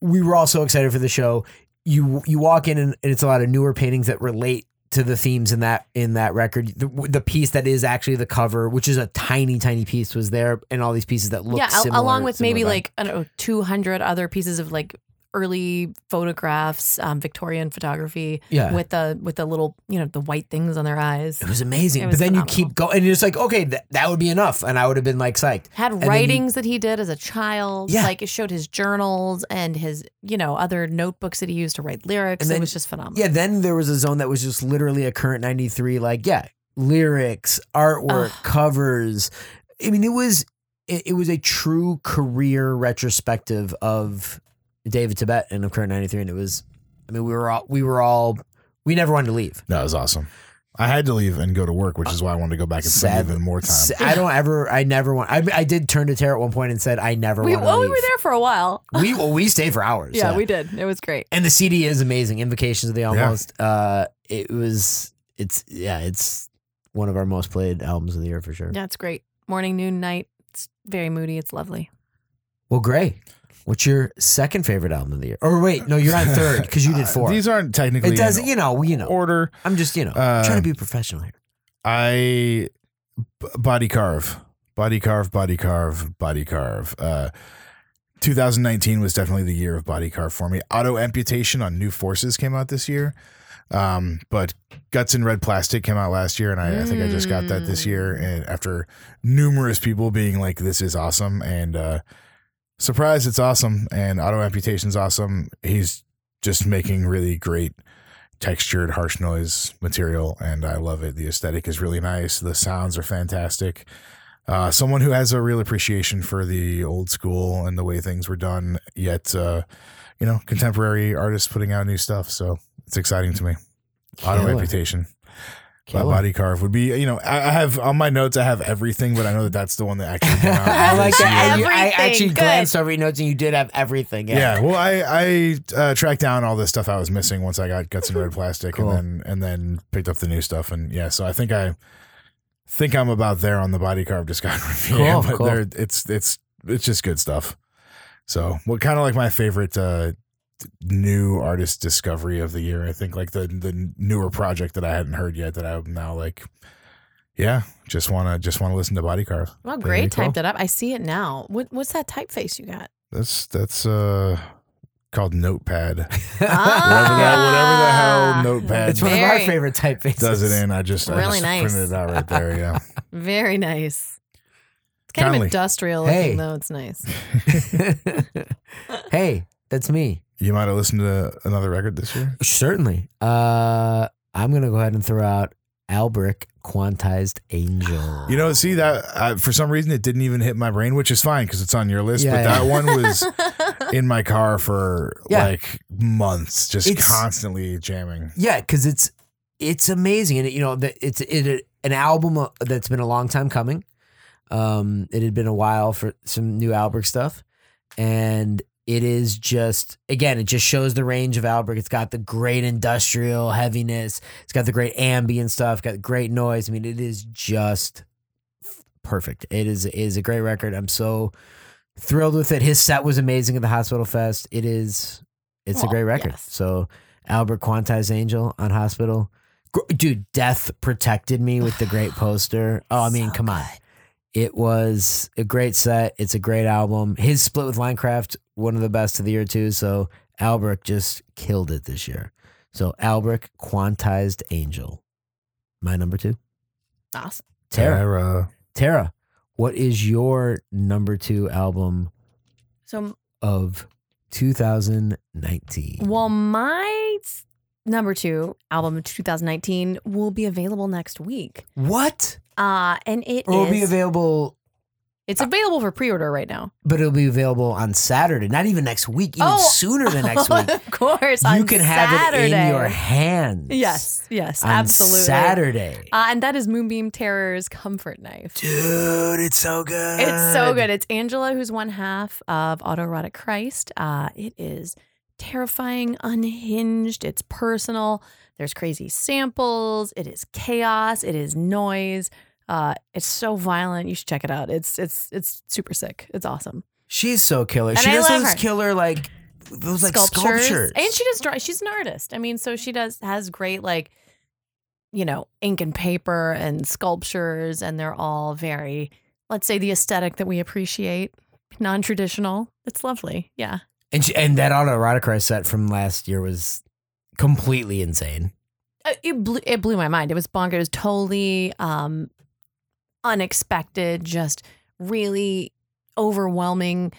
we were all so excited for the show. You you walk in and, and it's a lot of newer paintings that relate to the themes in that in that record. The, the piece that is actually the cover, which is a tiny tiny piece, was there, and all these pieces that look yeah, al- similar, along with maybe similar vibe. like I don't know, two hundred other pieces of like early photographs, um, Victorian photography Uh. yeah. with the with the little you know the white things on their eyes. it was amazing, It was but then phenomenal. you keep going, and you're just like, okay, that that would be enough, and I would have been like psyched. Had then you- writings that he did as a child. Yeah. Like it showed his journals and his, you know, other notebooks that he used to write lyrics. And then- it was just phenomenal. Yeah, then there was a zone that was just literally a current 93, like, yeah, lyrics, artwork, Ugh. covers. I mean, it was it, it was a true career retrospective of David Tibet and of current 93. And it was I mean, we were all we were all we never wanted to leave. That was awesome. I had to leave and go to work, which is why I wanted to go back and spend Sad- even more time. S- I don't ever I never want I I did turn to Tara at one point and said I never We, want to well, we leave. were there for a while. We well, we stayed for hours. Yeah, we did. It was great. and the CD is amazing. Invocations of the Almost. Uh, it was. It's yeah. It's one of our most played albums of the year for sure. Yeah, it's great. Morning, noon, night. It's very moody. It's lovely. Well, Gray, what's your second favorite album of the year? Or wait, no, you're on third because you did Uh, four. these aren't technically it doesn't. in You know. You know. order. I'm just you know Uh, trying to be professional here. I b- body carve, body carve, body carve, body carve. Uh, 2019 was definitely the year of body carve for me. Auto amputation on New Forces came out this year, um, but Guts and Red Plastic came out last year, and I, I think I just got that this year. And after numerous people being like, "This is awesome," and uh, surprise, it's awesome, and auto amputation's awesome. He's just making really great textured harsh noise material and i love it the aesthetic is really nice the sounds are fantastic uh, someone who has a real appreciation for the old school and the way things were done yet uh, you know contemporary artists putting out new stuff so it's exciting to me auto Killer. amputation by Killer. body carve would be you know I, I have on my notes i have everything but i know that that's the one that actually came out I like this year. that. And you, I Everything, actually good. glanced over your notes, and you did have everything. Yeah. well, I I uh, tracked down all the stuff I was missing once I got guts and red plastic, Cool. and then and then picked up the new stuff, and yeah. So I think I think I'm about there on the body carb discography. Cool, Yeah, but cool. there it's it's it's just good stuff. So what kind of like my favorite uh, new artist discovery of the year? I think like the the newer project that I hadn't heard yet that I'm now like, yeah, just wanna just wanna listen to body carb. Well, There Gray you go. typed it up. I see it now. What, what's that typeface you got? That's that's uh called Notepad. Whatever, Ah. that, whatever the hell notepad it's one of our Very- favorite typefaces. does it in. I just, I Really just nice. printed it out right there. Yeah. Very nice. It's kind of Conley. industrial Hey. looking, though. It's nice. hey, that's me. you might have listened to another record this year. Certainly. Uh, I'm going to go ahead and throw out Albrick Quantized Angel. You know, see that I, for some reason it didn't even hit my brain, which is fine because it's on your list. Yeah, but yeah. that one was in my car for Yeah. like months, just It's- constantly jamming. Yeah, because it's it's amazing, and it, you know that it's it, it- an album uh, that's been a long time coming. Um, it had been a while for some new Albrecht stuff, and it is just again, it just shows the range of Albrecht. It's got the great industrial heaviness. It's got the great ambient stuff. Got great noise. I mean, it is just f- perfect. It is it is a great record. I'm so thrilled with it. His set was amazing at the Hospital Fest. It is it's a Well, great record. yes. So Albert Quantized Angel on Hospital. Gr- Dude, death protected me with the great poster. Oh, I mean, So come on. It was a great set. It's a great album. His split with Minecraft, one of the best of the year too. So Albrecht just killed it this year. So Albrecht Quantized Angel, my number two. Awesome. Tara, Tara. Tara, what is your number two album So, of 2019? well, my s- number two album of 2019 will be available next week. what? Uh, and it Or it'll be is- available, it's available for pre-order right now. but it'll be available on Saturday. Not even next week. Even Oh. sooner than next week. of course, you on can have it in Saturday. your hands. Yes, yes, on absolutely. Saturday. Uh, and that is Moonbeam Terror's Comfort Knife. Dude, it's so good. It's so good. It's Angela, who's one half of Autoerotic Christ. Uh, it is terrifying, unhinged. It's personal. There's crazy samples. It is chaos. It is noise. Uh, it's so violent. You should check it out. It's it's it's super sick. It's awesome. She's so killer. And she I does love those her. killer like those like Sculptures. sculptures. and she does draw. She's an artist. I mean, so she does has great like, you know, ink and paper and sculptures, and they're all very, let's say, the aesthetic that we appreciate, non traditional. It's lovely. Yeah. and she, and that autoerotica set from last year was completely insane. Uh, it blew, it blew my mind. It was bonkers. It was totally um, unexpected, just really overwhelming.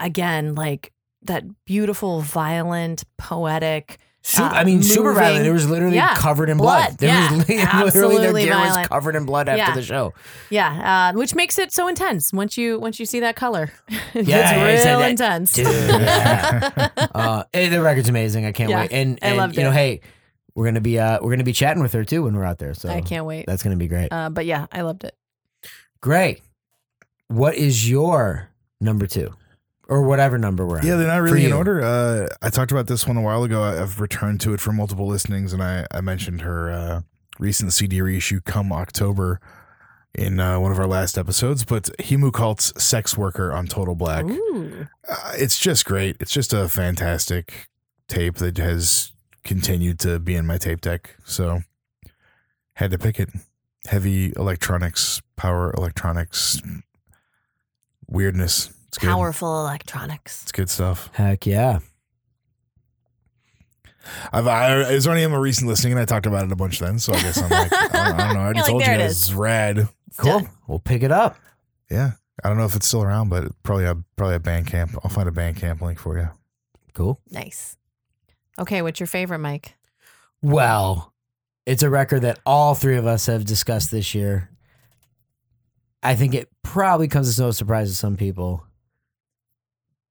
Again, like that beautiful, violent, poetic. Su- Uh, I mean, super moving. violent. It was literally Yeah. covered in blood. Blood. There Yeah. was literally their Absolutely gear was violent. covered in blood after Yeah. the show. Yeah, uh, which makes it so intense once you once you see that color. it Yeah, I gets said real that. intense. Dude. Uh, and the record's amazing. I can't Yeah. wait. And, I and loved you know, it. hey, we're gonna be uh, we're gonna be chatting with her too when we're out there. So I can't wait. That's gonna be great. Uh, but yeah, I loved it. Great. What is your number two, or whatever number we're on? Yeah, they're not For really in you. order. Uh, I talked about this one a while ago. I- I've returned to it for multiple listenings, and I, I mentioned her uh, recent CD reissue come October in uh, one of our last episodes. But Himu Cult's Sex Worker on Total Black. Ooh. Uh, it's just great. It's just a fantastic tape that has continued to be in my tape deck. So had to pick it. Heavy electronics, power electronics, weirdness. It's good. Powerful electronics. It's good stuff. Heck yeah. I've, I, it was only in my recent listening, and I talked about it a bunch then. So I guess I'm like, I don't, I don't know. I already You're like, told you "There it guys is." it's rad. It's Cool. done. We'll pick it up. Yeah, I don't know if it's still around, but probably a probably a Bandcamp. I'll find a Bandcamp link for you. Cool. Nice. Okay, what's your favorite, Mike? Well, it's a record that all three of us have discussed this year. I think it probably comes as no surprise to some people.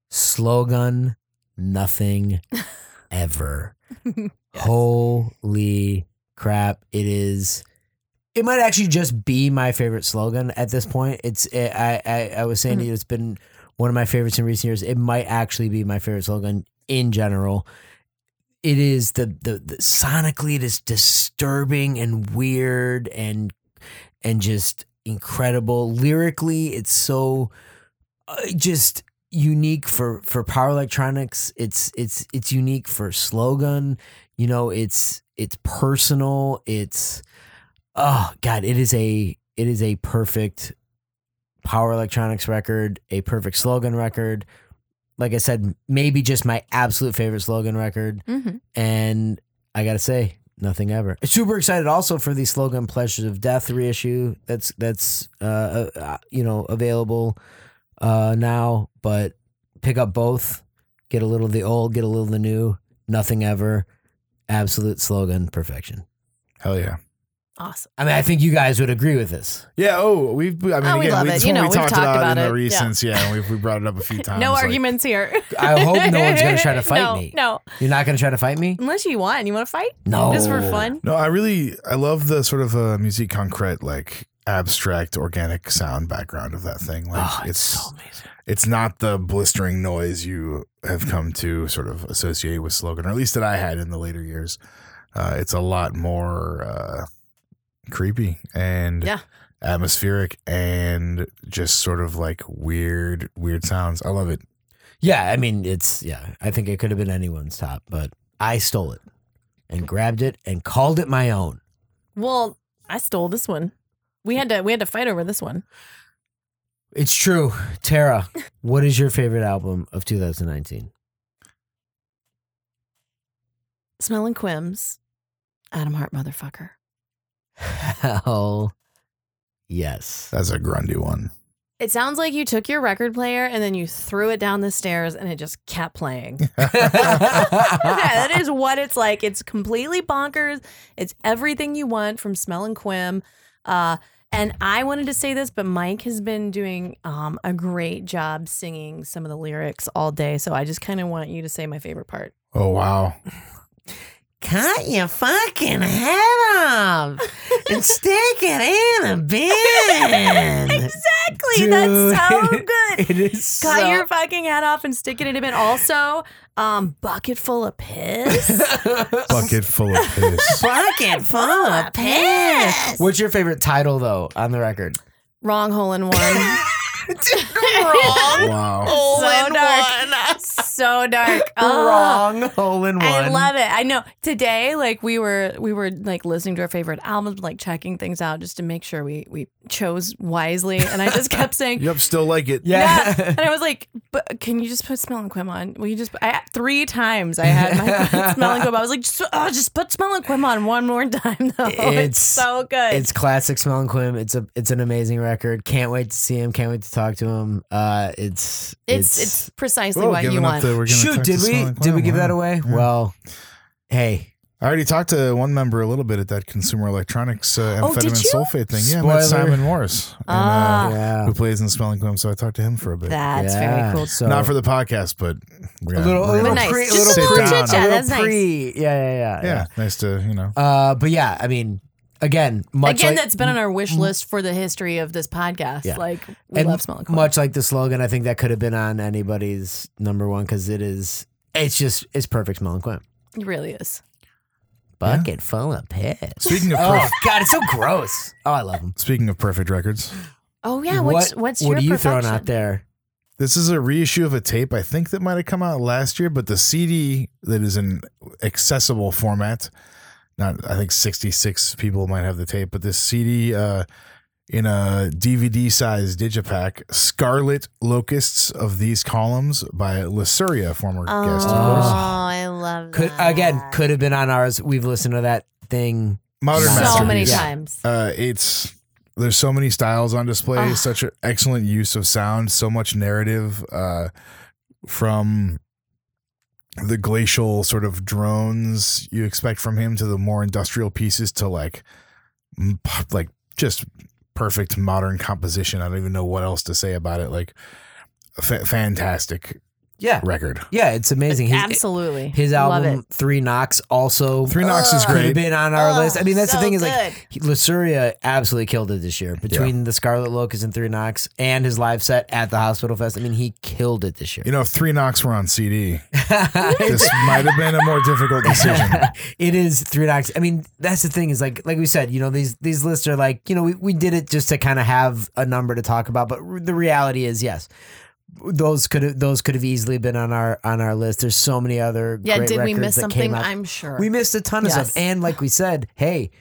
Slogan, nothing ever. Holy crap. It is. It might actually just be my favorite slogan at this point. It's it, I, I I was saying to you, it's been one of my favorites in recent years. It might actually be my favorite slogan in general. It is the the, the sonically it is disturbing and weird and and just incredible. Lyrically, it's so uh, just unique for for power electronics. It's it's it's unique for slogan. You know, it's it's personal. It's oh god, it is a it is a perfect power electronics record, a perfect slogan record. Like I said, maybe just my absolute favorite slogan record Mm-hmm. and I gotta say, nothing ever. Super excited also for the slogan "Pleasures of Death" reissue. That's that's uh, uh you know available uh now, but pick up both. Get a little of the old, get a little of the new. Nothing ever. Absolute slogan perfection. Hell yeah! Awesome. I mean, I think you guys would agree with this. Yeah. Oh, we've. I mean, Oh, we again, love we, it's it. You one know, we we've talked, talked about, about in it. the Yeah. recents. Yeah, and we've we brought it up a few times. no like- arguments here. Um, I hope no one's gonna try to fight No, me. No, You're not gonna try to fight me? unless you want. You want to fight? No. Just for fun. oh. No, I really I love the sort of uh, music concrete like abstract organic sound background of that thing. Like Oh, it's amazing. it's not the blistering noise you have come to sort of associate with slogan, or at least that I had in the later years. Uh, it's a lot more uh, creepy and Yeah. atmospheric and just sort of like weird, weird sounds. I love it. Yeah, I mean it's yeah, I think it could have been anyone's top, but I stole it and grabbed it and called it my own. Well, I stole this one. We had to we had to fight over this one. It's true. Tara, what is your favorite album of 2019? Smelling Quims, Adam Hart motherfucker. Hell yes. That's a grundy one. It sounds like you took your record player and then you threw it down the stairs and it just kept playing. that is what it's like. It's completely bonkers. It's everything you want from Smell and Quim. Uh, and I wanted to say this, but Mike has been doing um, a great job singing some of the lyrics all day. So I just kind of want you to say my favorite part. Oh wow. Cut your fucking head off and stick it in a bin. Exactly. That's so Dude. good. it is Cut so- your fucking head off and stick it in a bin. Also, um, bucket full of piss. Bucket full of piss. fucking fun. piss. What's your favorite title though on the record? Wrong hole in one. wrong wow. hole So in dark. one. so dark. Oh, wrong Ah, hole in one. I love it. I know. Today, like we were we were like listening to our favorite albums, like checking things out just to make sure we we chose wisely. And I just kept saying Yep, still like it. Yeah. And I was like, but can you just put Smell and Quim on? Will you just, I, three times I had my Smell and Quim. I was like, just, oh, just put Smell and Quim on one more time, though. It's, It's- so good. It's classic Smell and Quim. It's a it's an amazing record. Can't wait to see him. Can't wait to talk to him. Uh, it's it's, it's precisely what you giving up want. the- we're gonna shoot. talk to Did we Smelling did we Clown, give wow. that away? Yeah. Well, hey, I already talked to one member a little bit at that consumer electronics uh, Oh, did amphetamine you? sulfate thing. Yeah, I met Spoiler. Simon Morris, and, Ah. uh, yeah, who plays in Smelling Gum. So I talked to him for a bit. That's Yeah. very cool. So Not for the podcast, but we're a gonna- little, a we're little gonna- Nice. pre, Just a little little pre, chit-chat. a little That's nice. pre- Yeah, yeah, yeah, Yeah, nice to you know. Uh, but yeah, I mean, again, much Again, like, that's been on our wish list for the history of this podcast. Yeah. Like, we and love Smell and Quim. much like the slogan. I think that could have been on anybody's number one because it is. It's just it's perfect Smell and Quim. It really is. Bucket full of piss. Speaking of Oh perf- God, it's so gross. Oh, I love them. speaking of perfect records, Oh, yeah. What's, what's what your are you perfection? throwing out there? this is a reissue of a tape I think that might have come out last year, but the CD that is in accessible format. Not, I think sixty-six people might have the tape, but this CD uh, in a DVD size digipack, Scarlet Locusts of These Columns by Lasuria, former guest. Oh, Of course. I love Could that. again could have been on ours. We've listened to that thing. Modern so masterpiece. many Yeah. times. Uh, it's there's so many styles on display, Ugh. such an excellent use of sound, so much narrative uh, from the glacial sort of drones you expect from him to the more industrial pieces to like m- p- like just perfect modern composition. I don't even know what else to say about it. Like a fa- fantastic Yeah, record. yeah, it's amazing. His, Absolutely. his Love album Three Knocks also Three Knocks is could have great. been on our Oh, list. I mean, that's the so thing is like good. he- Lasuria absolutely killed it this year between the Scarlet Locust and Three Knocks and his live set at the Hospital Fest. I mean, he killed it this year. You know, if Three Knocks were on CD, this might have been a more difficult decision. it is three knocks. I mean, that's the thing is like like we said, you know, these these lists are like, you know, we, we did it just to kind of have a number to talk about, but r- the reality is yes. Those could have those could have easily been on our on our list. There's so many other Yeah, great did we records miss that something? came out. I'm sure. we missed a ton of Yes. stuff. And like we said, hey,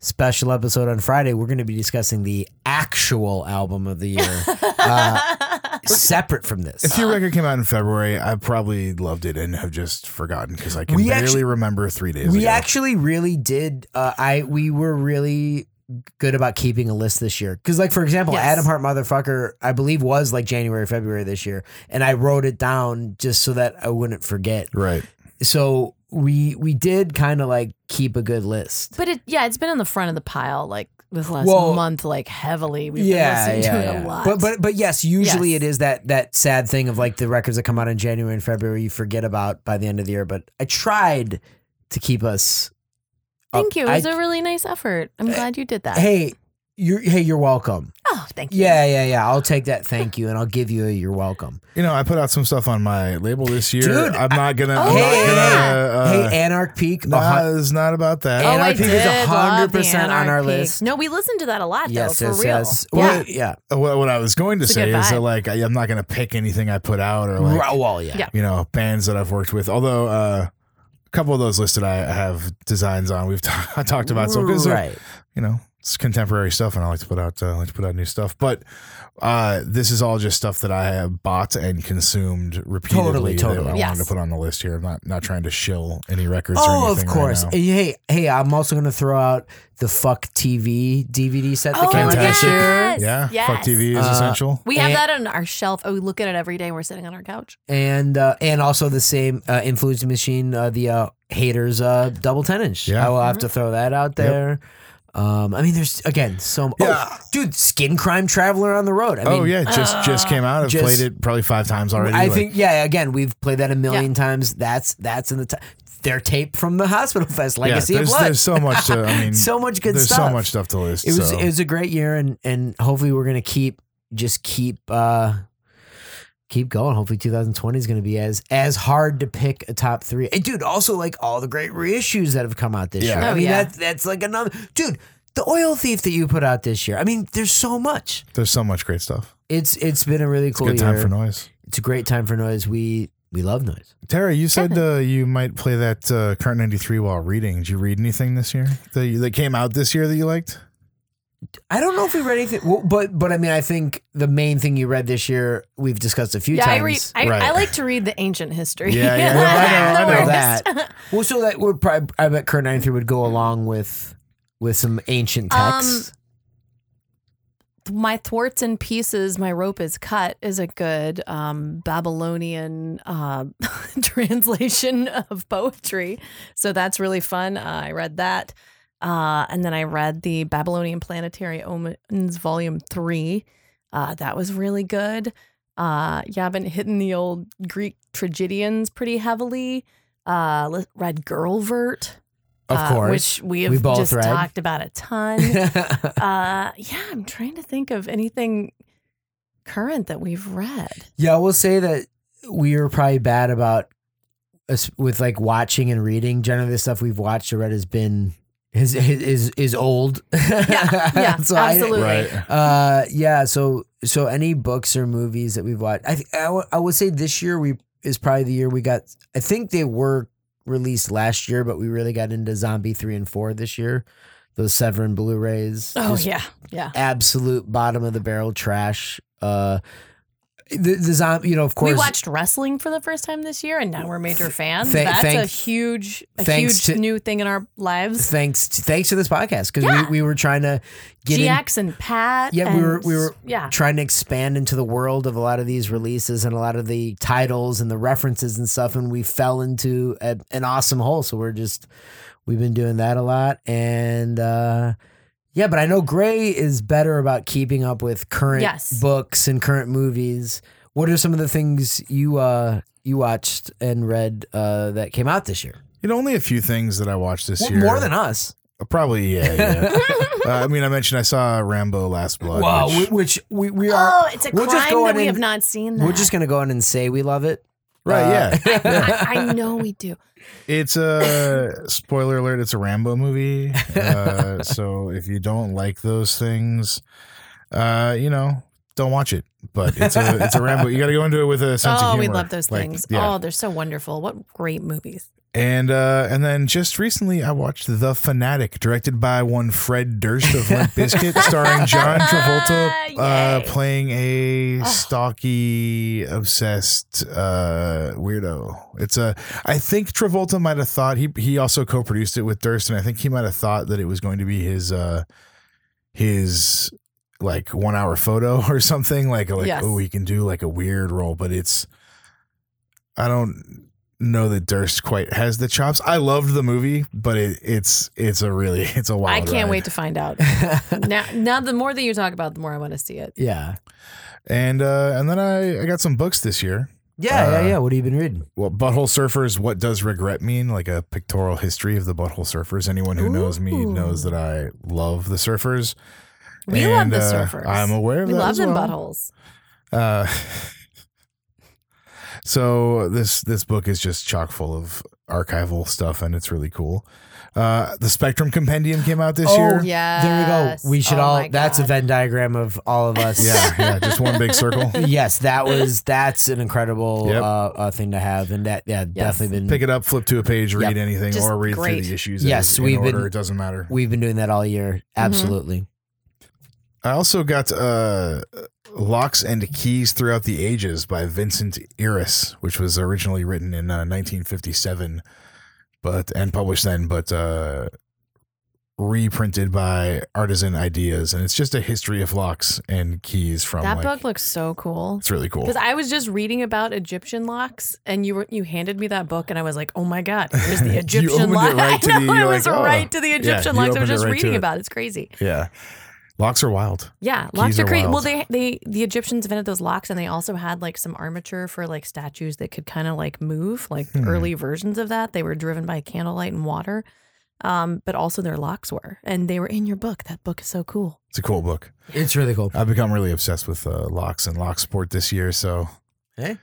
special episode on Friday, we're going to be discussing the actual album of the year uh, separate from If this. your record came out in February, I probably loved it and have just forgotten because I can We barely actu- remember three days We ago. actually really did. Uh, I we were really good about keeping a list this year because, like for example, Yes. Adam Hart motherfucker, I believe was like January February this year, and I wrote it down just so that I wouldn't forget. right. So we we did kind of like keep a good list. But it, yeah, it's been on the front of the pile like this last Well- month, like heavily. We've yeah, been listening yeah, to yeah. it a lot. But uh, but but yes, usually Yes. it is that that sad thing of like the records that come out in January and February you forget about by the end of the year. But I tried to keep us. up. thank you. It was I- Uh, a really nice effort. I'm glad you did that. hey, you're hey, you're welcome. oh, thank you. Yeah, yeah, yeah. I'll take that. Thank you, and I'll give you a you're welcome. You know, I put out some stuff on my label this year. Dude, I'm not gonna. I'm Oh, not yeah. gonna. Uh, hey, uh-huh. Anarch Peak. a hun- nah, it's not about that. Oh, NRP I is did love the 100% on our NRP. list. No, we listened to that a lot yes, though, yes, for real. yes. Yeah. Well, yeah. Uh, What, what I was going to It's a say good is that vibe. like I, I'm not gonna pick anything I put out or like Ro- well, yeah. Yeah. you know bands that I've worked with. Although uh, a couple of those listed I have designs on. We've t- talked about so because they're, right. you know it's contemporary stuff, and I like to put out uh, I like to put out new stuff. But uh, this is all just stuff that I have bought and consumed repeatedly. that totally. I Yes. wanted to put on the list here. I'm not not trying to shill any records. or Oh, of anything right course. now. And hey, hey, I'm also going to throw out the Fuck TV DVD set that Oh, came out this Fantastic. year. yes, yeah, fuck yes. TV is Uh, essential. We have And- that on our shelf. Oh, we look at it every day. We're sitting on our couch. And uh, and also the same uh, Influence Machine, uh, the uh, Haters uh, double 10 inch. Yeah. I will Mm-hmm. have to throw that out there. Um, I mean, there's, again, so Yeah. Oh, dude, Skin Crime Traveler on the Road. I mean, oh yeah, just just came out. I've just- played it probably five times already. I like- think yeah. Again, we've played that a million times. That's that's in the t- their tape from the hospital fest, yeah, Legacy of there's, Blood. there's so much. To, I mean, so much good there's stuff. so much stuff to list. It was so. it was a great year, and and hopefully we're gonna keep just keep uh keep going. Hopefully 2020 is gonna be as as hard to pick a top three. And dude, also like all the great reissues that have come out this Yeah. year. I Oh, mean yeah. that that's like another dude. The oil thief that you put out this year. I mean, there's so much. there's so much great stuff. It's it's been a really cool Good time year. for noise. it's a great time for noise. We we love noise. Tara, you said uh, you might play that uh, Current 93 while reading. Did you read anything this year that, you, that came out this year that you liked? I don't know if we read anything, well, but but I mean, I think the main thing you read this year we've discussed a few Yeah, I, read. times. I, Right. I like to read the ancient history. Yeah, yeah, I know, I know The that. worst. well, so that would probably I bet Kurt ninety three would go along with with some ancient Um, texts. my thwarts and pieces, my rope is cut is a good um, Babylonian uh, translation of poetry. So that's really fun. Uh, I read that. Uh, and then I read the Babylonian Planetary Omens Volume 3. Uh, that was really good. Uh, yeah, I've been hitting the old Greek tragedians pretty heavily. Uh, li- read Girlvert, Of uh, course. which we have We both just read. talked about a ton. Uh, yeah, I'm trying to think of anything current that we've read. yeah, I will say that we were probably bad about us with like watching and reading. Generally, the stuff we've watched or read has been is is is old. Yeah, yeah, So I- absolutely. Uh, yeah. So, so any books or movies that we've watched, I th- I w- I would say this year we is probably the year we got. I think they were released last year, but we really got into Zombie three and four this year. Those Severin Blu-rays. Oh Just yeah, yeah. Absolute bottom of the barrel trash. Uh, the the zombie. You know, of course. We watched wrestling for the first time this year, and now we're major fans. thank- That's a thank- huge, a huge thanks to- new thing in our lives. Thanks, to, thanks to this podcast because Yeah. we, we were trying to get in, GX and Pat. Yeah, we were- and- we were- Yeah, trying to expand into the world of a lot of these releases and a lot of the titles and the references and stuff and we fell into a, an awesome hole so we're just we've been doing that a lot and uh yeah but i know gray is better about keeping up with current Yes. books and current movies what are some of the things you uh you watched and read uh that came out this year You know, only a few things that I watched this Well, year. Uh, more than us Probably, yeah. yeah. uh, I mean, I mentioned I saw Rambo Last Blood. wow which- whi- which we, we are Oh, it's a we'll crime just go that on we in- have not seen that. we're just gonna go in and say we love it Uh, right, yeah. I, I know we do. It's a spoiler alert. It's a Rambo movie. Uh, so if you don't like those things, uh, you know, don't watch it. But it's a it's a Rambo. You got to go into it with a sense of Oh, humor. we love those Like, things. yeah. Oh, they're so wonderful. What great movies. And uh, and then just recently, I watched The Fanatic, directed by one Fred Durst of Limp Bizkit, starring John Travolta, uh, Yay. playing a Oh. stalky, obsessed uh, weirdo. It's a. I think Travolta might have thought he he also co-produced it with Durst, and I think he might have thought that it was going to be his uh, his like one hour photo or something like like Yes. oh he can do like a weird role, but it's I don't know that Durst quite has the chops. I loved the movie, but it, it's it's a really it's a I wild. can't ride. wait to find out. now, now the more that you talk about, it, the more I want to see it. Yeah. And uh, and then I, I got some books this year. Yeah, Uh, yeah, yeah. What have you been reading? Well, Butthole Surfers, What Does Regret Mean? Like a pictorial history of the Butthole Surfers. Anyone who knows me Ooh. knows that I love the surfers. We love And, the uh, surfers. I'm aware of we that. love as them well. buttholes. Uh, so this this book is just chock full of archival stuff, and it's really cool. Uh, the Spectrum Compendium came out this Oh, year. Yeah. There we go. We Oh should all. That's a event. Venn diagram of all of us. yeah, yeah, just one big circle. yes, that was. That's an incredible Yep. uh, uh, thing to have, and that yeah, definitely been. Pick it up, flip to a page, read Yep. anything, Mm. Just or read great. through the issues. Yes, in we've order. been- It doesn't matter. We've been doing that all year. Absolutely. I also got uh, Locks and Keys Throughout the Ages by Vincent Iris, which was originally written in uh, 1957 but and published then, but uh, reprinted by Artisan Ideas. And it's just a history of locks and keys from That like, book looks so cool. It's really cool. Because I was just reading about Egyptian locks, and you were you handed me that book, and I was like, "Oh my god, here's the You Egyptian opened it lock!" right to I the- know you're I was like, oh. right to the Egyptian you locks. I opened was it just right to reading it. about it. It's crazy. Yeah. Locks are wild. Yeah, locks Keys are are crazy. Well, wild. they they the Egyptians invented those locks, and they also had like some armature for like statues that could kind of like move. Like Hmm. early versions of that, they were driven by candlelight and water. Um, but also their locks were, and they were in your book. That book is so cool. It's a cool book. It's really cool. I've become really obsessed with uh, locks and lock sport this year. So Hey.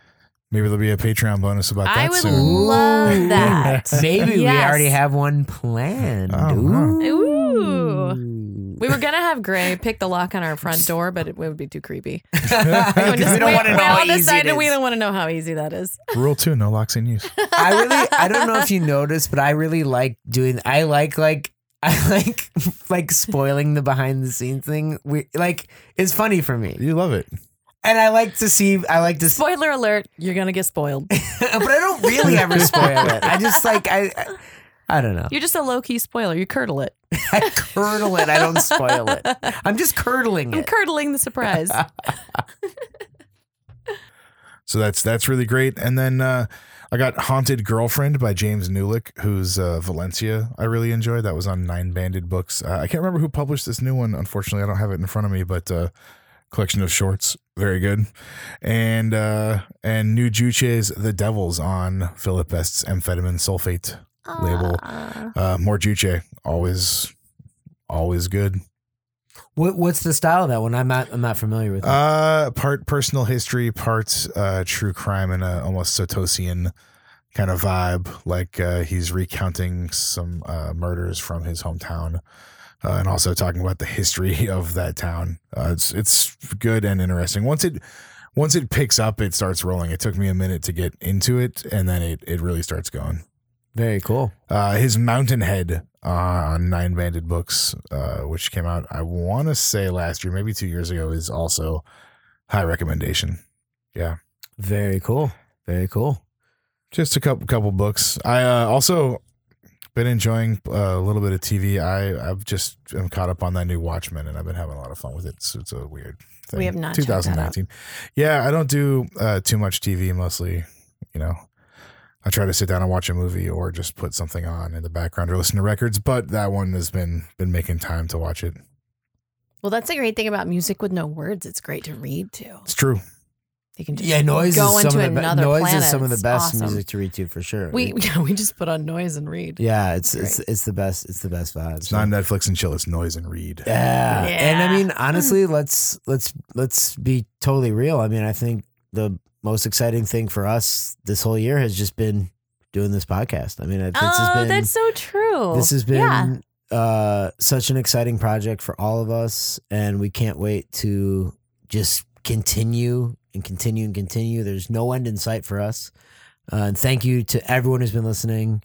maybe there'll be a Patreon bonus about that I would soon. love that. Maybe we Yes. already have one planned. Oh, Ooh. We were gonna have Gray pick the lock on our front door, but it would be too creepy. Because we don't we, want to know we how all easy it decided is. we don't want to know how easy that is. Rule two, no locks in use. I really, I don't know if you noticed, but I really like doing. I like like I like like spoiling the behind the scenes thing. We like it's funny for me, You love it. and I like to see. I like to, see, Spoiler alert: You're gonna get spoiled. but I don't really ever spoil it. I just like I. I I don't know. You're just a low key spoiler. You curdle it. I curdle it. I don't spoil it. I'm just curdling I'm it. curdling the surprise. So that's that's really great. And then uh, I got Haunted Girlfriend by James Newlick, who's uh, Valencia. I really enjoyed that. Was on Nine Banded Books. Uh, I can't remember who published this new one. Unfortunately, I don't have it in front of me, but uh, collection of shorts, very good. And uh, and New Juche's The Devils on Philip Best's Amphetamine Sulfate. Label. Ah. Uh, more Juche, always always good. What, what's the style of that one? I'm not. I'm not familiar with. it. Uh, part personal history, part uh, true crime, and a almost Satosian kind of vibe. Like uh, he's recounting some uh, murders from his hometown, uh, and also talking about the history of that town. Uh, it's it's good and interesting. Once it once it picks up, it starts rolling. It took me a minute to get into it, and then it it really starts going. Very cool. Uh, his Mountainhead uh, on Nine Banded Books, uh, which came out, I want to say last year, maybe two years ago, is also high recommendation. Very cool. Very cool. Just a couple couple books. I uh, also been enjoying uh, a little bit of TV. I I've just am caught up on that new Watchmen, and I've been having a lot of fun with it. So it's a weird thing. We have not checked that out. 2019. Yeah, I don't do uh, too much TV. Mostly, you know. I try to sit down and watch a movie or just put something on in the background or listen to records, but that one has been been making time to watch it. Well, that's the great thing about music with no words. It's great to read to. It's true. You can just Yeah, noise go is some into of the be- another noise planet. is some of the It's best awesome. music to read to for sure. We yeah, we just put on noise and read. yeah, it's it's it's the best. It's the best vibes. It's not Netflix and chill. It's noise and read. yeah. Yeah. Mm. and I mean honestly, let's let's let's be totally real. I mean, I think the most exciting thing for us this whole year has just been doing this podcast. I mean, I- this oh, has been that's so true. this has been Oh, Yeah. uh, such an exciting project for all of us, and we can't wait to just continue and continue and continue. There's no end in sight for us. Uh, and thank you to everyone who's been listening.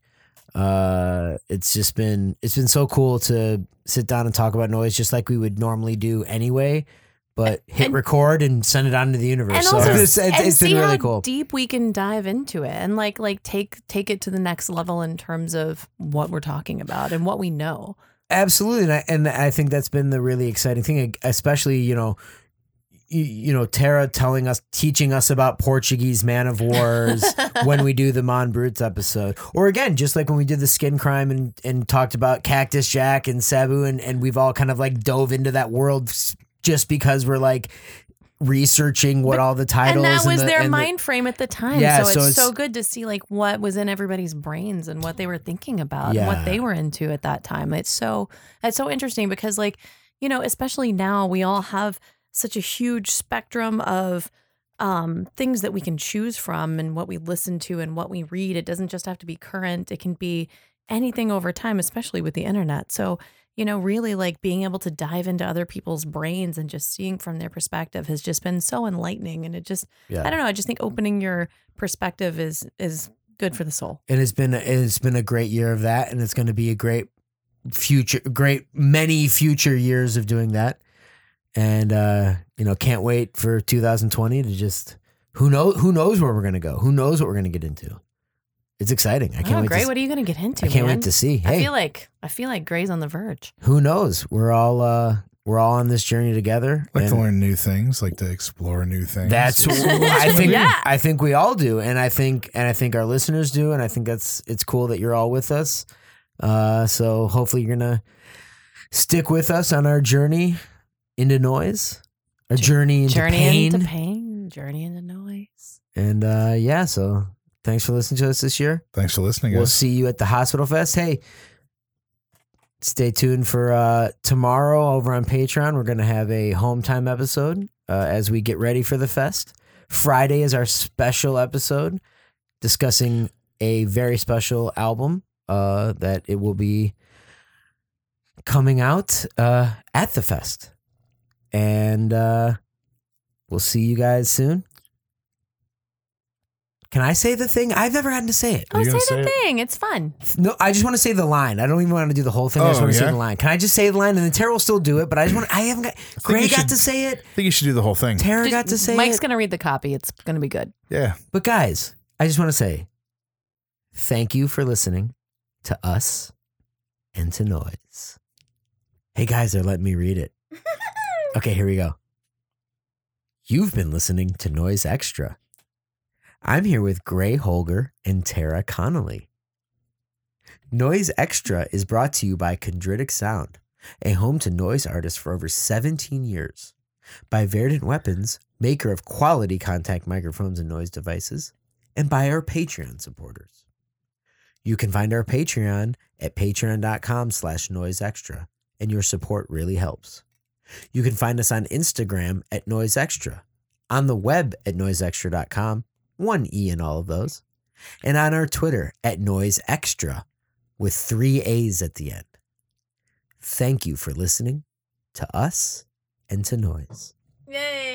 Uh, it's just been it's been so cool to sit down and talk about noise, just like we would normally do anyway. But hit And- record and send it out into the universe. and so also it's, and it's, it's see been really how cool. deep we can dive into it and like like take take it to the next level in terms of what we're talking about and what we know Absolutely, and I, and I think that's been the really exciting thing, especially you know, you, you know Tara telling us teaching us about Portuguese man of wars when we do the Mon Brutes episode, or again just like when we did the skin crime and and talked about Cactus Jack and Sabu, and and we've all kind of like dove into that world s- just because we're like researching what all the titles and that was the- their and the- mind frame at the time. Yeah, so, so it's it's- so good to see like what was in everybody's brains and what they were thinking about and Yeah. what they were into at that time. It's so it's so interesting because like, you know, especially now we all have such a huge spectrum of um, things that we can choose from and what we listen to and what we read. It doesn't just have to be current. It can be anything over time, especially with the internet. So, you know, really like being able to dive into other people's brains and just seeing from their perspective has just been so enlightening. And it just, Yeah. I don't know, I just think opening your perspective is is good for the soul. and it's been it's been a great year of that and it's going to be a great future great many future years of doing that and uh you know can't wait for 2020 to just who knows who knows where we're going to go who knows what we're going to get into it's exciting i can't oh, wait Gray, to, what are you going to get into? i can't man? wait to see I hey feel like I feel like Gray's on the verge. who knows we're all uh we're all on this journey together like to and- learn new things, like to explore new things. That's I think Yeah. I think we all do, and I think and I think our listeners do, and I think that's it's cool that you're all with us. Uh, so hopefully you're gonna stick with us on our journey into noise, our journey into Journey pain, into pain, journey into noise. and uh, yeah. So thanks for listening to us this year. Thanks for listening, We'll guys. see you at the hospital fest. Hey, stay tuned for uh, tomorrow over on Patreon. We're going to have a home time episode uh, as we get ready for the fest. Friday is our special episode discussing a very special album uh, that it will be coming out uh, at the fest. And uh, we'll see you guys soon. Can I say the thing? I've never had to say it. Are Oh, you say gonna the say it? thing. It's fun. No, I just want to say the line. I don't even want to do the whole thing. I just Oh, want to say yeah? the line. Can I just say the line? And then Tara will still do it, but I just want. I haven't got. Gray you got should- to say it. I think you should do the whole thing. Tara Just- got to say Mike's it. going to read the copy. It's going to be good. Yeah. but guys, I just want to say thank you for listening to us and to noise. Hey guys, they're letting me read it. Okay, here we go. You've been listening to Noise Extra. I'm here with Gray Holger and Tara Connolly. Noise Extra is brought to you by Chondritic Sound, a home to noise artists for over 17 years. By Verdant Weapons, maker of quality contact microphones and noise devices, and by our Patreon supporters. You can find our Patreon at patreon.com slash noise extra, and your support really helps. You can find us on Instagram at Noise Extra, on the web at noiseextra.com, one E in all of those, and on our Twitter at Noise Extra with three A's at the end. Thank you for listening to us and to noise. Yay.